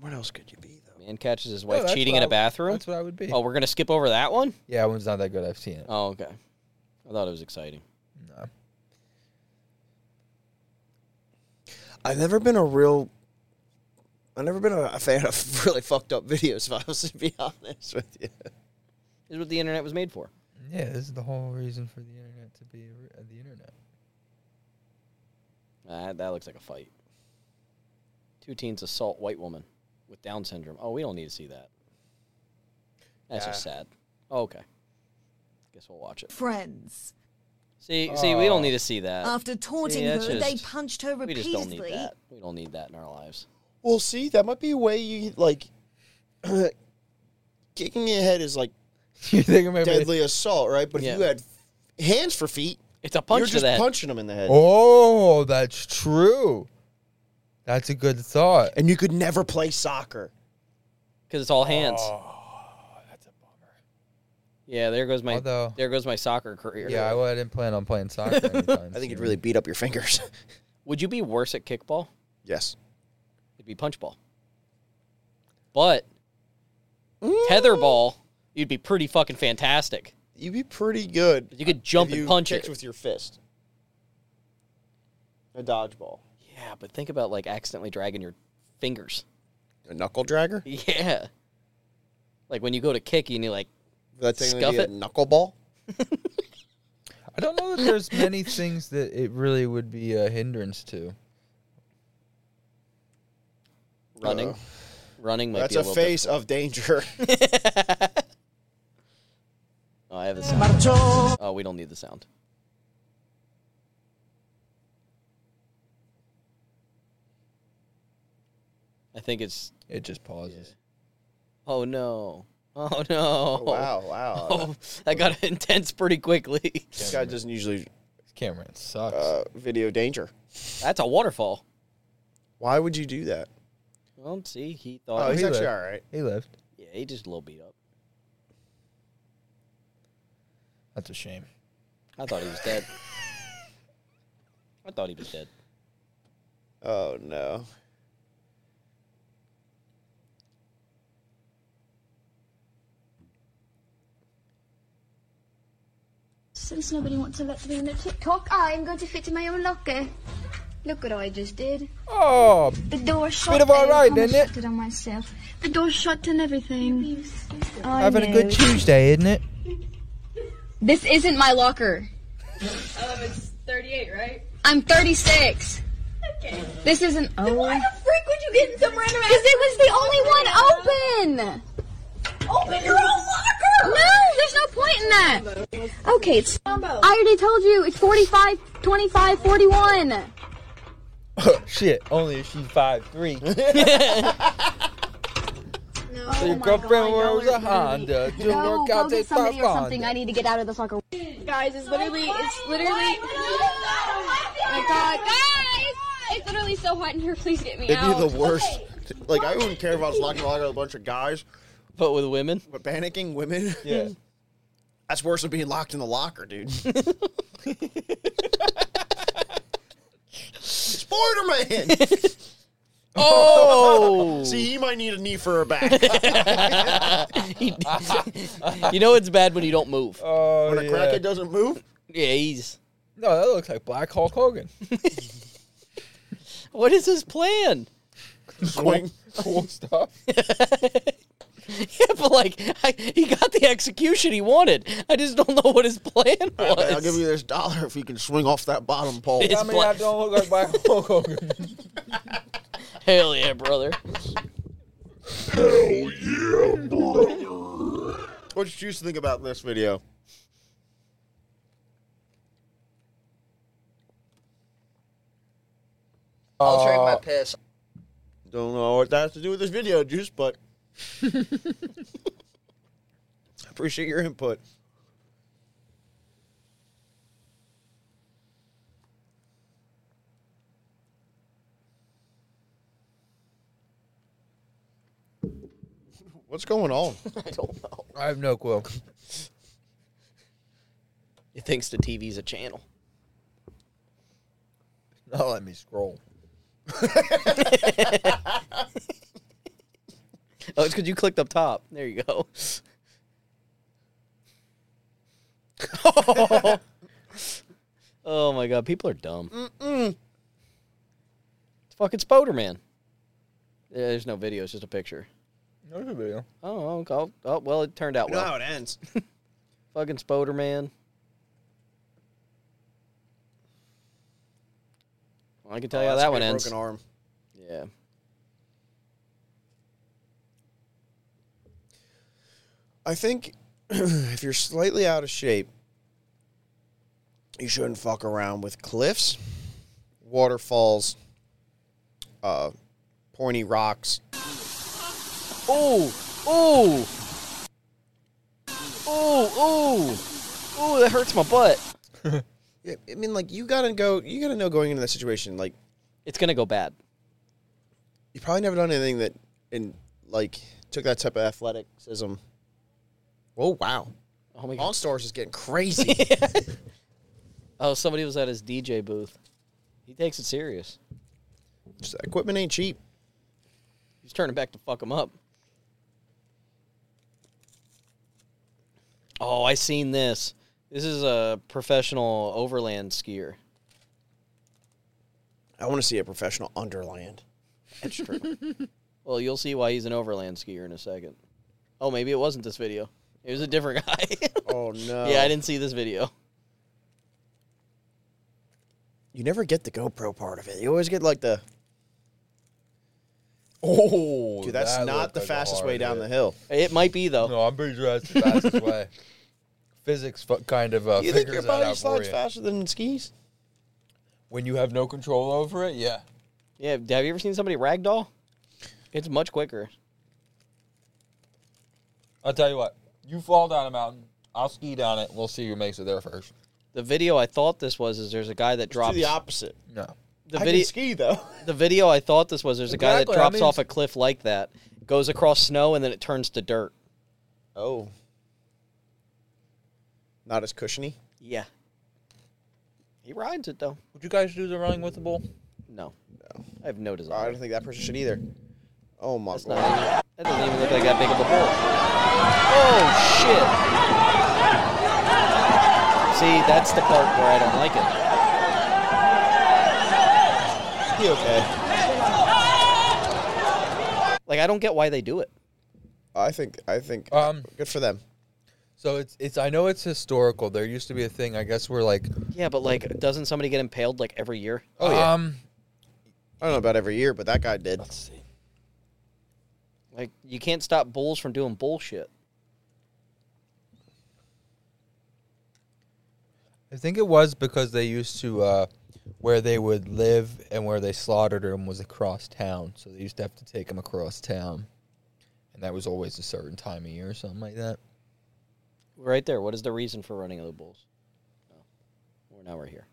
what else could you be though? Man catches his No, wife Oh, that's cheating what in I a would- bathroom. That's what I would be. Oh, we're gonna skip over that one. Yeah, that one's not that good. I've seen it. Oh, okay. I thought it was exciting. No. I've never been a real. I've never been a, a fan of really fucked up videos. If I was to be honest with you, This is what the internet was made for. Yeah, this is the whole reason for the internet to be a- the internet. Ah, that looks like a fight. Two teens assault white woman with Down syndrome. Oh, we don't need to see that. That's just sad. Oh, okay. Guess we'll watch it. friends. See, see, we Oh. don't need to see that. After taunting See, her, that's they just- punched her we just don't need repeatedly. that. We don't need that in our lives. well, see, that might be a way you like. kicking your head is like you think I'm deadly assault, right? But Yeah. if you had hands for feet, It's a you're punch to just that. punching them in the head, Oh, that's true. That's a good thought. and you could never play soccer. because it's all hands. Yeah, there goes my Although- there goes my soccer career. Yeah, I, well, I didn't plan on playing soccer anytime I think soon. you'd really beat up your fingers. would you be worse at kickball? yes. It'd be punch ball. But tetherball, you'd be pretty fucking fantastic. You'd be pretty good. You could jump if and you punch kicked it. with your fist. A dodgeball. Yeah, but think about like accidentally dragging your fingers. A knuckle dragger? Yeah. Like when you go to kick and you like That thing Scuff would be a it. knuckleball? I don't know that there's many things that it really would be a hindrance to. running. Uh, Running might That's be a, a little bit- face of danger. Oh, I have the sound. Oh, we don't need the sound. I think it's. It just pauses. Oh no! Oh no! wow, wow. Oh, that got intense pretty quickly. This guy doesn't usually This camera it sucks. uh, video danger. That's a waterfall. Why would you do that? Well, see, he Oh, thought. he's he actually left. all right. he left. yeah, he just a little beat up. That's a shame. I thought he was dead. I thought he was dead. Oh no. Since nobody wants to let me in the TikTok, I'm going to fit in my own locker. Look what I just did. Oh, The door shut. of all and right, I almost isn't it? shut on myself. The door shut and everything. I having a know. good Tuesday, isn't it? This isn't my locker. Oh, it's 38, right? I'm 36. Okay. This isn't. Oh. why the freak would you get in some random? Because it was the only one open. Open your own locker. No, there's no point in that. Okay, it's. I already told you it's 45, 25, 41. Shit, only if she's five three. No. Your girlfriend wears a Honda. Do Go, go workouts get at somebody or Top something. I Honda. need to get out of this locker. Guys, it's literally, it's literally. Oh my god, guys! It's literally so hot in here. Please get me It'd be the worst. Like I wouldn't care if I was locked in a locker with a bunch of guys, But with women, but panicking women. Yeah. That's worse than being locked in the locker, dude. Spider-Man. oh, See, he might need a knee for a back. you know it's bad when you don't move. Oh, when a yeah. crackhead doesn't move, Yeah, he's. No, that looks like Black Hulk Hogan. What is his plan? swing. cool stuff. Yeah, but like I, he got the execution he wanted. I just don't know what his plan was. All right, I'll give you this dollar if you can swing off that bottom pole. It's I mean, I Black- don't look like Black Hulk Hogan. Hell yeah, brother! What did you think about this video? I'll drink my piss. Don't know what that has to do with this video, Juice, but I appreciate your input. What's going on? I have no clue. He thinks the TV's a channel. Now let me scroll. Oh, it's because you clicked up top. There you go. oh my god, people are dumb. It's fucking Spider-Man. Yeah, there's no video; it's just a picture. There's a video. Oh, oh, oh, oh, well, it turned out well. it ends. Fucking Spider-Man. Well, I can tell Oh, you how that one ends. Broken arm. Yeah. I think if you're slightly out of shape, you shouldn't fuck around with cliffs, waterfalls, uh, pointy rocks. Oh, oh, oh, oh, oh! That hurts my butt. I I mean, like you gotta go. You gotta know going into that situation. Like It's gonna go bad. you probably never done anything that in like took that type of athleticism. Oh wow, Oh my god! All Stars is getting crazy. Oh, somebody was at his DJ booth. He takes it serious. Just, uh, equipment ain't cheap. He's turning back to fuck him up. Oh, I seen this. This is a professional overland skier. I want to see a professional underland. That's true. well, you'll see why he's an overland skier in a second. Oh, maybe it wasn't this video. It was a different guy. Oh no. yeah, I didn't see this video. You never get the GoPro part of it. You always get like the Oh, Dude, that's that not looked the like a fastest hard way down hit. the hill. It might be though. No, I'm pretty sure that's the fastest way. Physics fu- kind of uh, You figures think your that body out for slides you. faster than skis? When you have no control over it, yeah. Yeah, have you ever seen somebody ragdoll? It's much quicker. I'll tell you what. You fall down a mountain. I'll ski down it. We'll see who makes it there first. The video I thought this was is there's a guy that Do drops the opposite. No. the I video can ski though. the video I thought this was there's a guy that Exactly, I drops mean- off a cliff like that, goes across snow and then it turns to dirt. Oh, not as cushiony. Yeah. He rides it though. Would you guys do the running with the bull? No. I have no I desire. don't think that person should either. Oh my That's not god! even, that doesn't even look like that big of a bull. Oh shit. Oh, See, that's the part where I don't Be like it. okay. Like I don't get why they do it. I think. I think. Um, good for them. So it's it's I know it's historical. There used to be a thing, I guess, where like Yeah, but like doesn't somebody get impaled like every year? Uh, oh yeah. Um, I don't know about every year, but that guy did. let's see. Like you can't stop bulls from doing bullshit. I think it was because they used to uh, where they would live and where they slaughtered them was across town. So they used to have to take them across town, and that was always a certain time of year or something like that. Right there. What is the reason for running of the bulls? Oh, well, now we're here.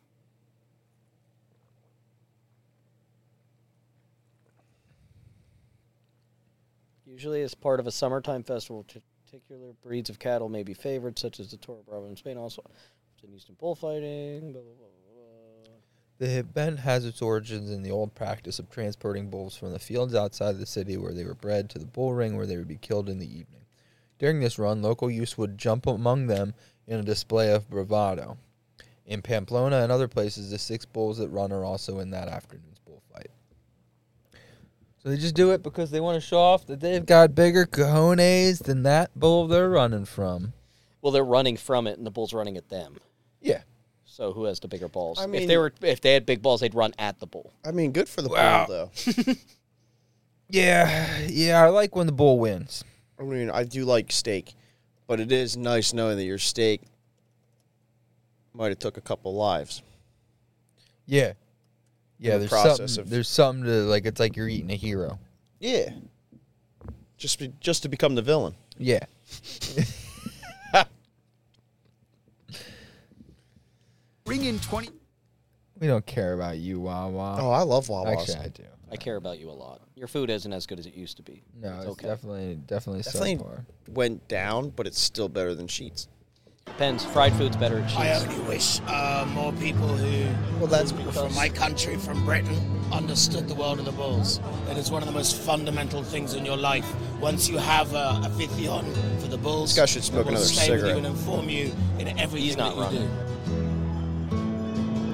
Usually, as part of a summertime festival, t- particular breeds of cattle may be favored, such as the Toro Bravo in Spain, also in Eastern bullfighting. Blah, blah, blah, blah, blah. The event has its origins in the old practice of transporting bulls from the fields outside the city where they were bred to the bull ring where they would be killed in the evening. During this run, local youths would jump among them in a display of bravado. In Pamplona and other places, the six bulls that run are also in that afternoon's bullfight. So they just do it because they want to show off that they've got bigger cojones than that bull they're running from. Well, they're running from it, and the bull's running at them. Yeah. So who has the bigger balls? I if mean- they were, if they had big balls, they'd run at the bull. I mean, good for the Wow. bull Yeah. Yeah, I like when the bull wins. though. I mean, I do like steak, but it is nice knowing that your steak might have took a couple lives. Yeah. Yeah, the there's process something, of- there's something to like it's like you're eating a hero. Yeah. Just be, just to become the villain. Yeah. Bring in 20. We don't care about you, Wawa. Oh, I love Wawa's. Actually, I do. I care about you a lot. Your food isn't as good as it used to be. No, it's, definitely definitely Definitely subpar. went down, but it's still better than Sheets. Depends. Fried food's better at cheese. I only wish uh, more people who Well, that's from my country, from Britain, understood the world of the bulls. It is one of the most fundamental things in your life. Once you have a, a fifion for the bulls, guy should smoke it will another stay cigarette. With you and inform you in everything He's not that you running. do.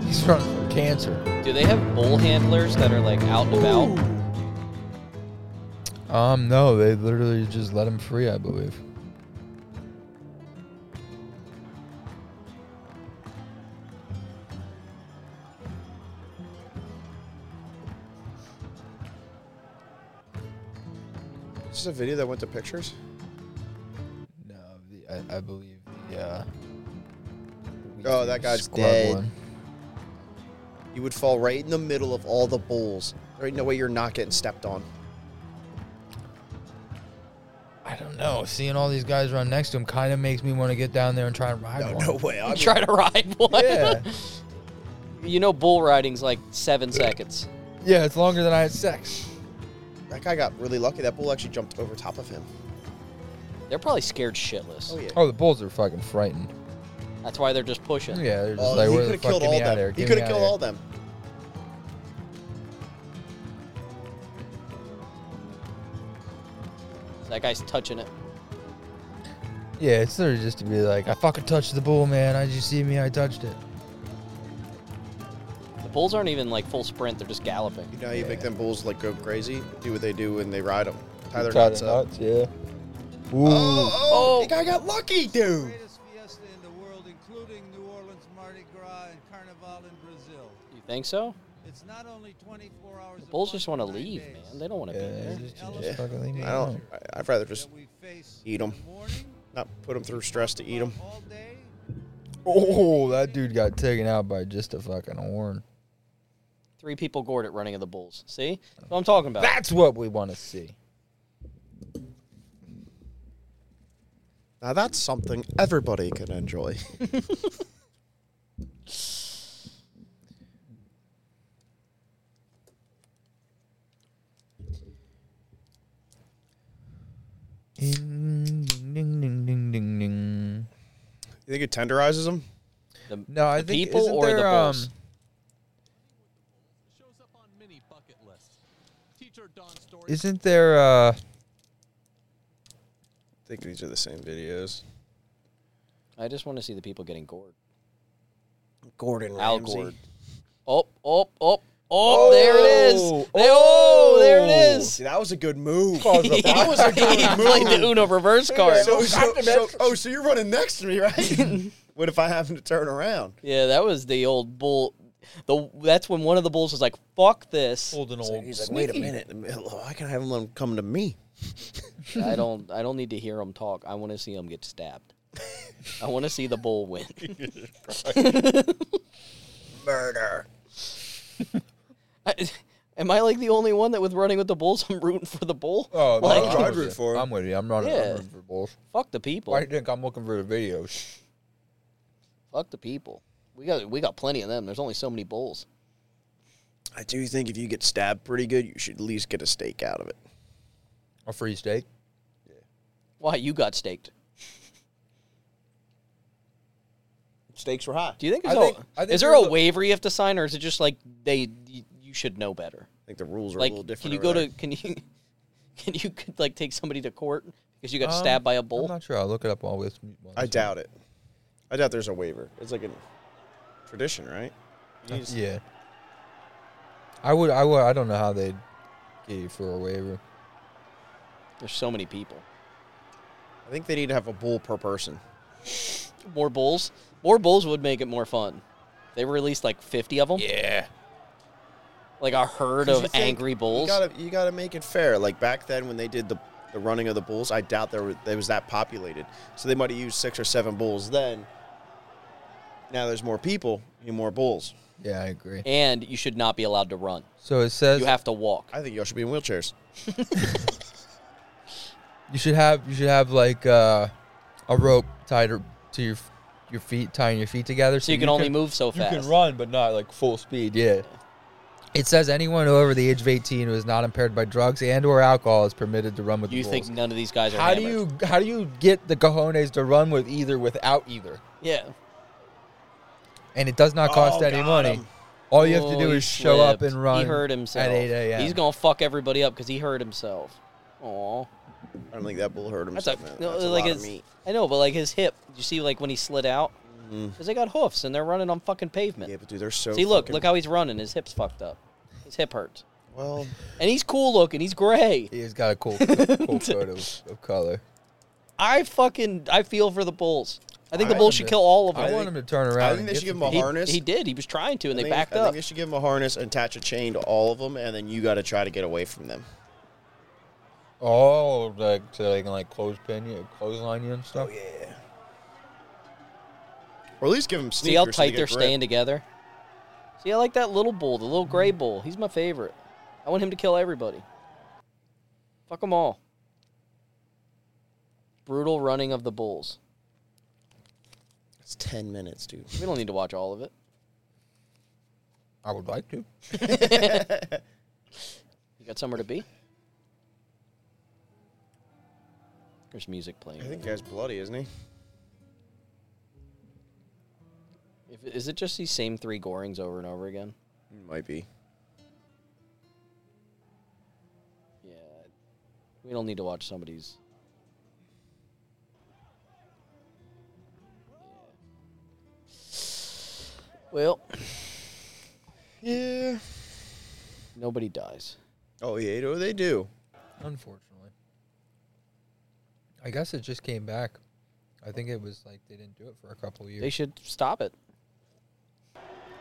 He's running from cancer. Do they have bull handlers that are like out and about? Um, no, they literally just let him free, I believe. This is a video that went to pictures. No, the, I, I believe the uh, Oh, that guy's squad dead. one. You would fall right in the middle of all the bulls. There ain't no way you're not getting stepped on. I don't know. Seeing all these guys run next to him kind of makes me want to get down there and try and ride one. way. I Try to ride one. Yeah, You know, bull riding's like seven seconds. yeah, it's longer than I had sex. that guy got really lucky. That bull actually jumped over top of him. They're probably scared shitless. yeah. Oh, the bulls are fucking frightened. That's why they're just pushing. Yeah, they're just Oh, like, he where could the have fuck, killed get all me out them. of here. He get could me have outta killed here." all them. That guy's touching it. Yeah, it's literally just to be like, I fucking touched the bull, man. How'd you see me? I touched it. The bulls aren't even like full sprint; they're just galloping. You know, how you make them bulls like go crazy. Do what they do when they ride them. Tie their Tie nuts the up. knots, yeah. Ooh. Oh, oh, the guy got lucky, dude. You think so? It's It's not only 24 hours. The Bulls just want to leave, man. They don't want to be there. Just fucking leave me I don't. alone. I- I'd rather just eat them, not put them through stress to eat them. Oh, that dude got taken out by just a fucking horn. Three people gored at running of the Bulls. See, that's what I'm talking about. That's what we want to see. Now that's something everybody can enjoy. Ding, ding, ding, ding, ding, ding. You think it tenderizes them? The, No, I the think people isn't or the there, Bulls. um, Isn't there? uh I think these are the same videos. I just want to see the people getting gored. Gordon Al Ramsay. gored. Oh, oh, oh, oh! There it is. Oh, There- oh, there it See, is. that was a good move. that was a good move. Like the Uno reverse card. So- so- so- oh, so you're running next to me, right? what if I happen to turn around? yeah, that was the old bull. The that's when one of the bulls was like, "Fuck this." Old and old. He's like, wait a minute. Why can I have them come to me? I don't. I don't need to hear him talk. I want to see him get stabbed. I want to see the bull win. Murder. I, am I like the only one that with running with the bulls? I'm rooting for the bull. Oh, like no, I'd I'm with root you. for him. I'm with you. I'm running, Yeah. I'm running for Bulls. fuck the people. Why do you think I'm looking for the videos? Fuck the people. We got we got plenty of them. There's only so many bulls. I do think if you get stabbed pretty good, you should at least get a steak out of it. A free steak? Why you got staked? Stakes were high. Do you think, there's I a- think- I think is there there's a a- waiver you have to sign, or is it just like they you, you should know better? I think the rules are Like, a little can different. you go to can you can you could like take somebody to court because you got Um, stabbed by a I'm bull? not sure. I'll look it up while we I doubt it. I doubt there's a waiver. It's like a tradition, right? You just- Yeah. I would. I would. I don't know how they'd get you for a waiver. There's so many people. I think they need to have a bull per person. More bulls. More bulls would make it more fun. They released like 50 of them. Yeah. Like a herd 'Cause you of think- angry You bulls. gotta, you gotta make it fair. Like back then when they did the, the running of the bulls, I doubt there were, there was that populated. So they might have used six or seven bulls then. Now there's more people, you need more bulls. Yeah, I agree. and you should not be allowed to run. So it says You have to walk. I think y'all should be in wheelchairs. you should have you should have like uh, a rope tied to to your your feet, tying your feet together, So you can only move so You fast. can run, but not like full speed. Yeah. It says anyone over the age of 18 who is not impaired by drugs and or alcohol is permitted to run with You the think Bulls. none of these guys are How do hammered. you how do you get the cojones to run with either without either? Yeah. And it does not cost Oh, any got money. him. All you have to Oh, do he is show up slipped. and run. He hurt himself. at 8 a.m. He's gonna fuck everybody up because he hurt himself. Aw, I don't think that bull hurt that's a, himself. man. no, That's a like lot of his. meat. I know, but like his hip. You see, like when he slid out, because they got hoofs and they're running on fucking pavement. Mm-hmm. Yeah, but dude, they're so. see, look, fucking- look how he's running. His hips fucked up. His hip hurts, Well, and he's cool looking. He's gray. He's got a cool, cool photo of color. I fucking I feel for the bulls. I think the I Bulls am should the- kill all of them. I want him to turn around. I think and they get should give him some- a he, harness. he did. He was trying to, and I they think- backed I up. think they should give him a harness and attach a chain to all of them, and then you got to try to get away from them. Oh, like so they can like clothespin you, clothesline you and stuff. Oh, yeah. Or at least give them sneakers. See how so they tight get they're grip. staying together? See, I like that little bull, the little gray bull. He's my favorite. I want him to kill everybody. Fuck them all. Brutal running of the bulls. It's ten minutes, dude. We don't need to watch all of it. I would like to. You got somewhere to be? There's music I playing. think the guy's bloody, isn't he? If, is it just these same three gorings over and over again? Might be. Yeah. We don't need to watch somebody's. Yeah. Well, Yeah. nobody dies. Oh yeah, no, they do. Unfortunately, I guess it just came back. I think it was like they didn't do it for a couple of years. They should stop it.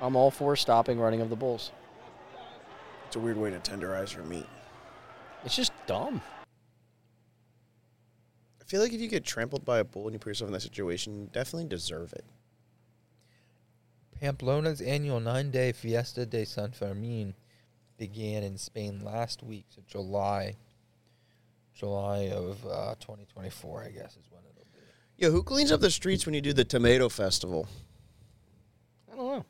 I'm all for stopping running of the bulls. It's a weird way to tenderize your meat. It's just dumb. I feel like if you get trampled by a bull and you put yourself in that situation, you definitely deserve it. Pamplona's annual nine day Fiesta de San Fermin began in Spain last week, so July, July of uh, 2024, I guess, is when it'll be. Yo, who cleans up the streets when you do the tomato festival? I don't know.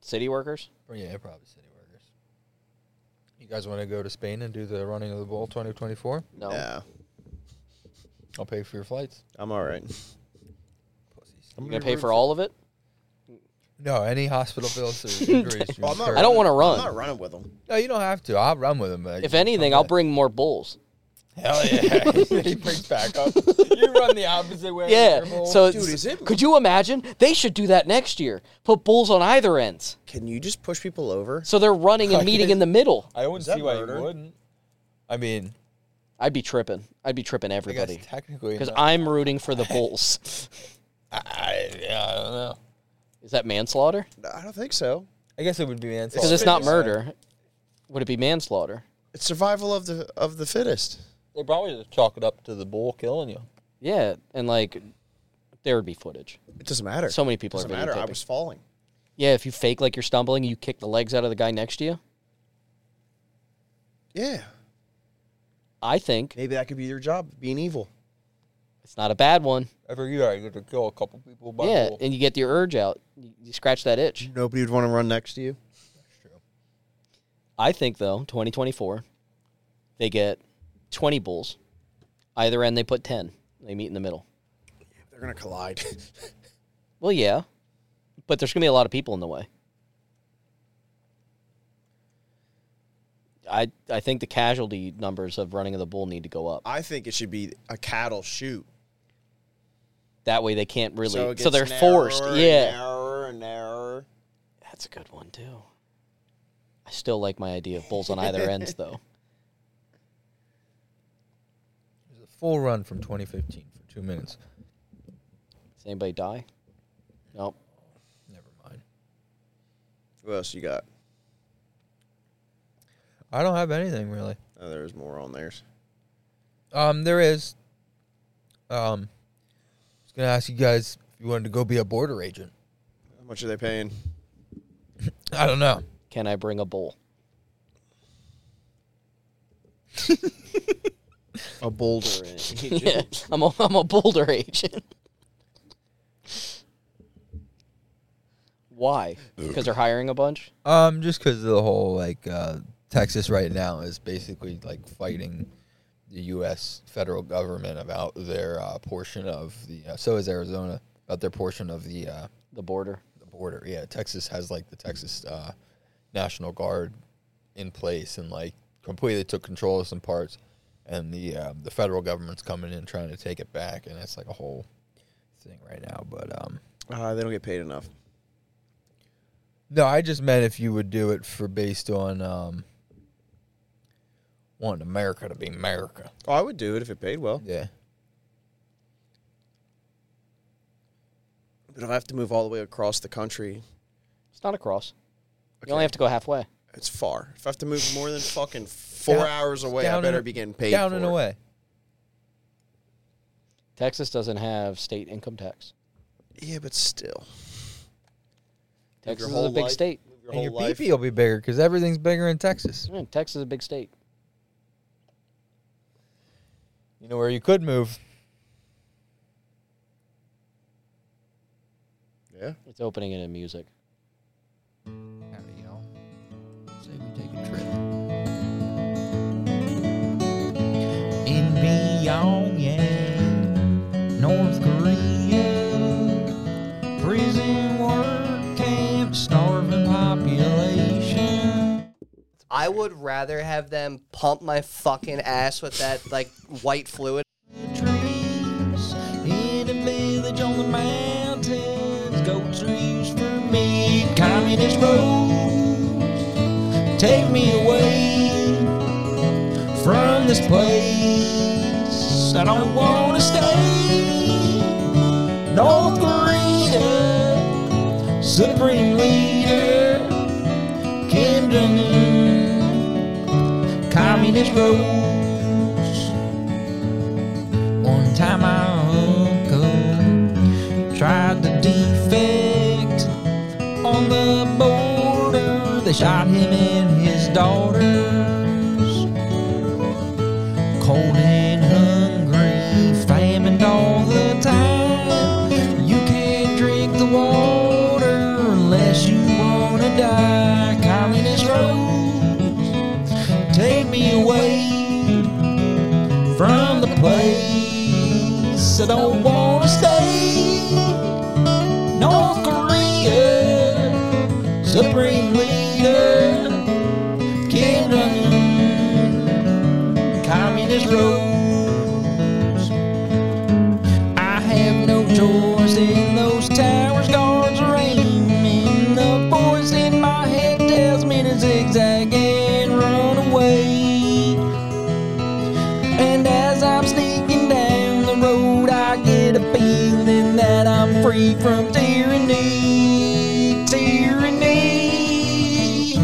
City workers? Or, yeah, probably city workers. You guys want to go to Spain and do the running of the bull 2024? No. Nah, I'll pay for your flights. I'm all right. Pussies. You gonna pay for all of it? No, any hospital bills or injuries. you Well, I'm not incur. I don't want to I'm not run. running with them. No, you don't have to. I'll run with him. But If anything, I'll bring more bulls. Hell yeah. he brings back up. You run the opposite way. Yeah. Your whole- So Dude, is it- could you imagine? They should do that next year. Put bulls on either ends. Can you just push people over? So they're running and meeting in the middle. I wouldn't Is that see why you murder? wouldn't. I mean, I'd be tripping. I'd be tripping I guess everybody. technically. Because not. I'm rooting for the bulls. I, I, yeah, I don't know. Is that manslaughter? No, I don't think so. I guess it would be manslaughter. Because it's not murder. Would it be manslaughter? It's survival of the of the fittest. They probably just chalk it up to the bull killing you. Yeah, and like there would be footage. It doesn't matter. So many people doesn't are matter. I videotaping. was falling. Yeah, if you fake like you're stumbling, you kick the legs out of the guy next to you. Yeah, I think maybe that could be your job, being evil. it's not a bad one. Every year I get to kill a couple people by yeah, bull. and you get your urge out. You you scratch that itch. Nobody would want to run next to you. I think though, 2024, they get 20 bulls. Either end, they put 10. They meet in the middle. They're gonna collide. Well, yeah, but there's gonna be a lot of people in the way. I I think the casualty numbers of running of the bull need to go up. I think it should be a cattle shoot. That way they can't really. So, it gets they're narrower forced. and Yeah. narrower and narrower. That's a good one, too. I still like my idea of bulls on either ends, though. It was a full run from 2015 for two minutes. Does anybody die? Nope. Never mind. What else you got? I don't have anything really. Oh, there's more on theirs. Um, there is. Um, I was gonna ask you guys if you wanted to go be a border agent. How much are they paying? I don't know. Can I bring a bull? A boulder. yeah, I'm a, I'm a boulder agent. Why? Because they're hiring a bunch? Um, just because of the whole like uh, Texas right now is basically like fighting the U.S. federal government about their uh, portion of the. Uh, so is Arizona about their portion of the uh, The border. the border. Yeah, Texas has like the Texas uh, National Guard in place and like completely took control of some parts, and the uh, the federal government's coming in trying to take it back, and it's like a whole thing right now. But um, Uh, they don't get paid enough. no, I just meant if you would do it for based on um, wanting America to be America. Oh, I would do it if it paid well. Yeah. But if I have to move all the way across the country, It's not a cross. You only have to go halfway. it's far. If I have to move more than fucking four Down- hours away, down I and better a- be getting paid. down for and it. away. Texas doesn't have state income tax. Yeah, but still. Texas your is a whole big life- state. Your and whole your life. BP will be bigger because everything's bigger in Texas. Yeah, Texas is a big state. You know where you could move. Yeah. It's opening it in music. Howdy, y'all. Say we take a trip. in Pyongyang, North Korea. Prison work camp, starving population. I would rather have them pump my fucking ass with that like white fluid. Trees in a village on the mountains, goats are used for meat. Communist roads take me away from this place. I don't want to stay. North Korea, supreme leader Kim Jong Un. this road. One time my uncle tried to defect on the border. They shot him and his daughters. Cold and hungry, famined all the time. You can't drink the water unless you wanna die. Communist roads, take me away from the place I don't wanna stay. North Korea, supreme leader, Kim Jong Un, communist rules. I have no choice in those towers, guards are aiming. The voice in my head tells me to zigzag and run away. And as I'm sneaking down the road, I get a feeling that I'm free from tyranny. Tyranny.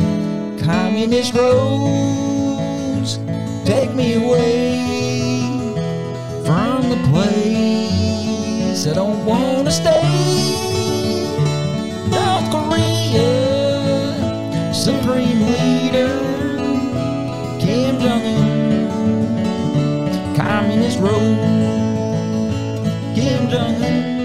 Communist roads take me away from the place I don't want to stay. North Korea, supreme leader, Kim Jong Un communist road. Kim Jong Un.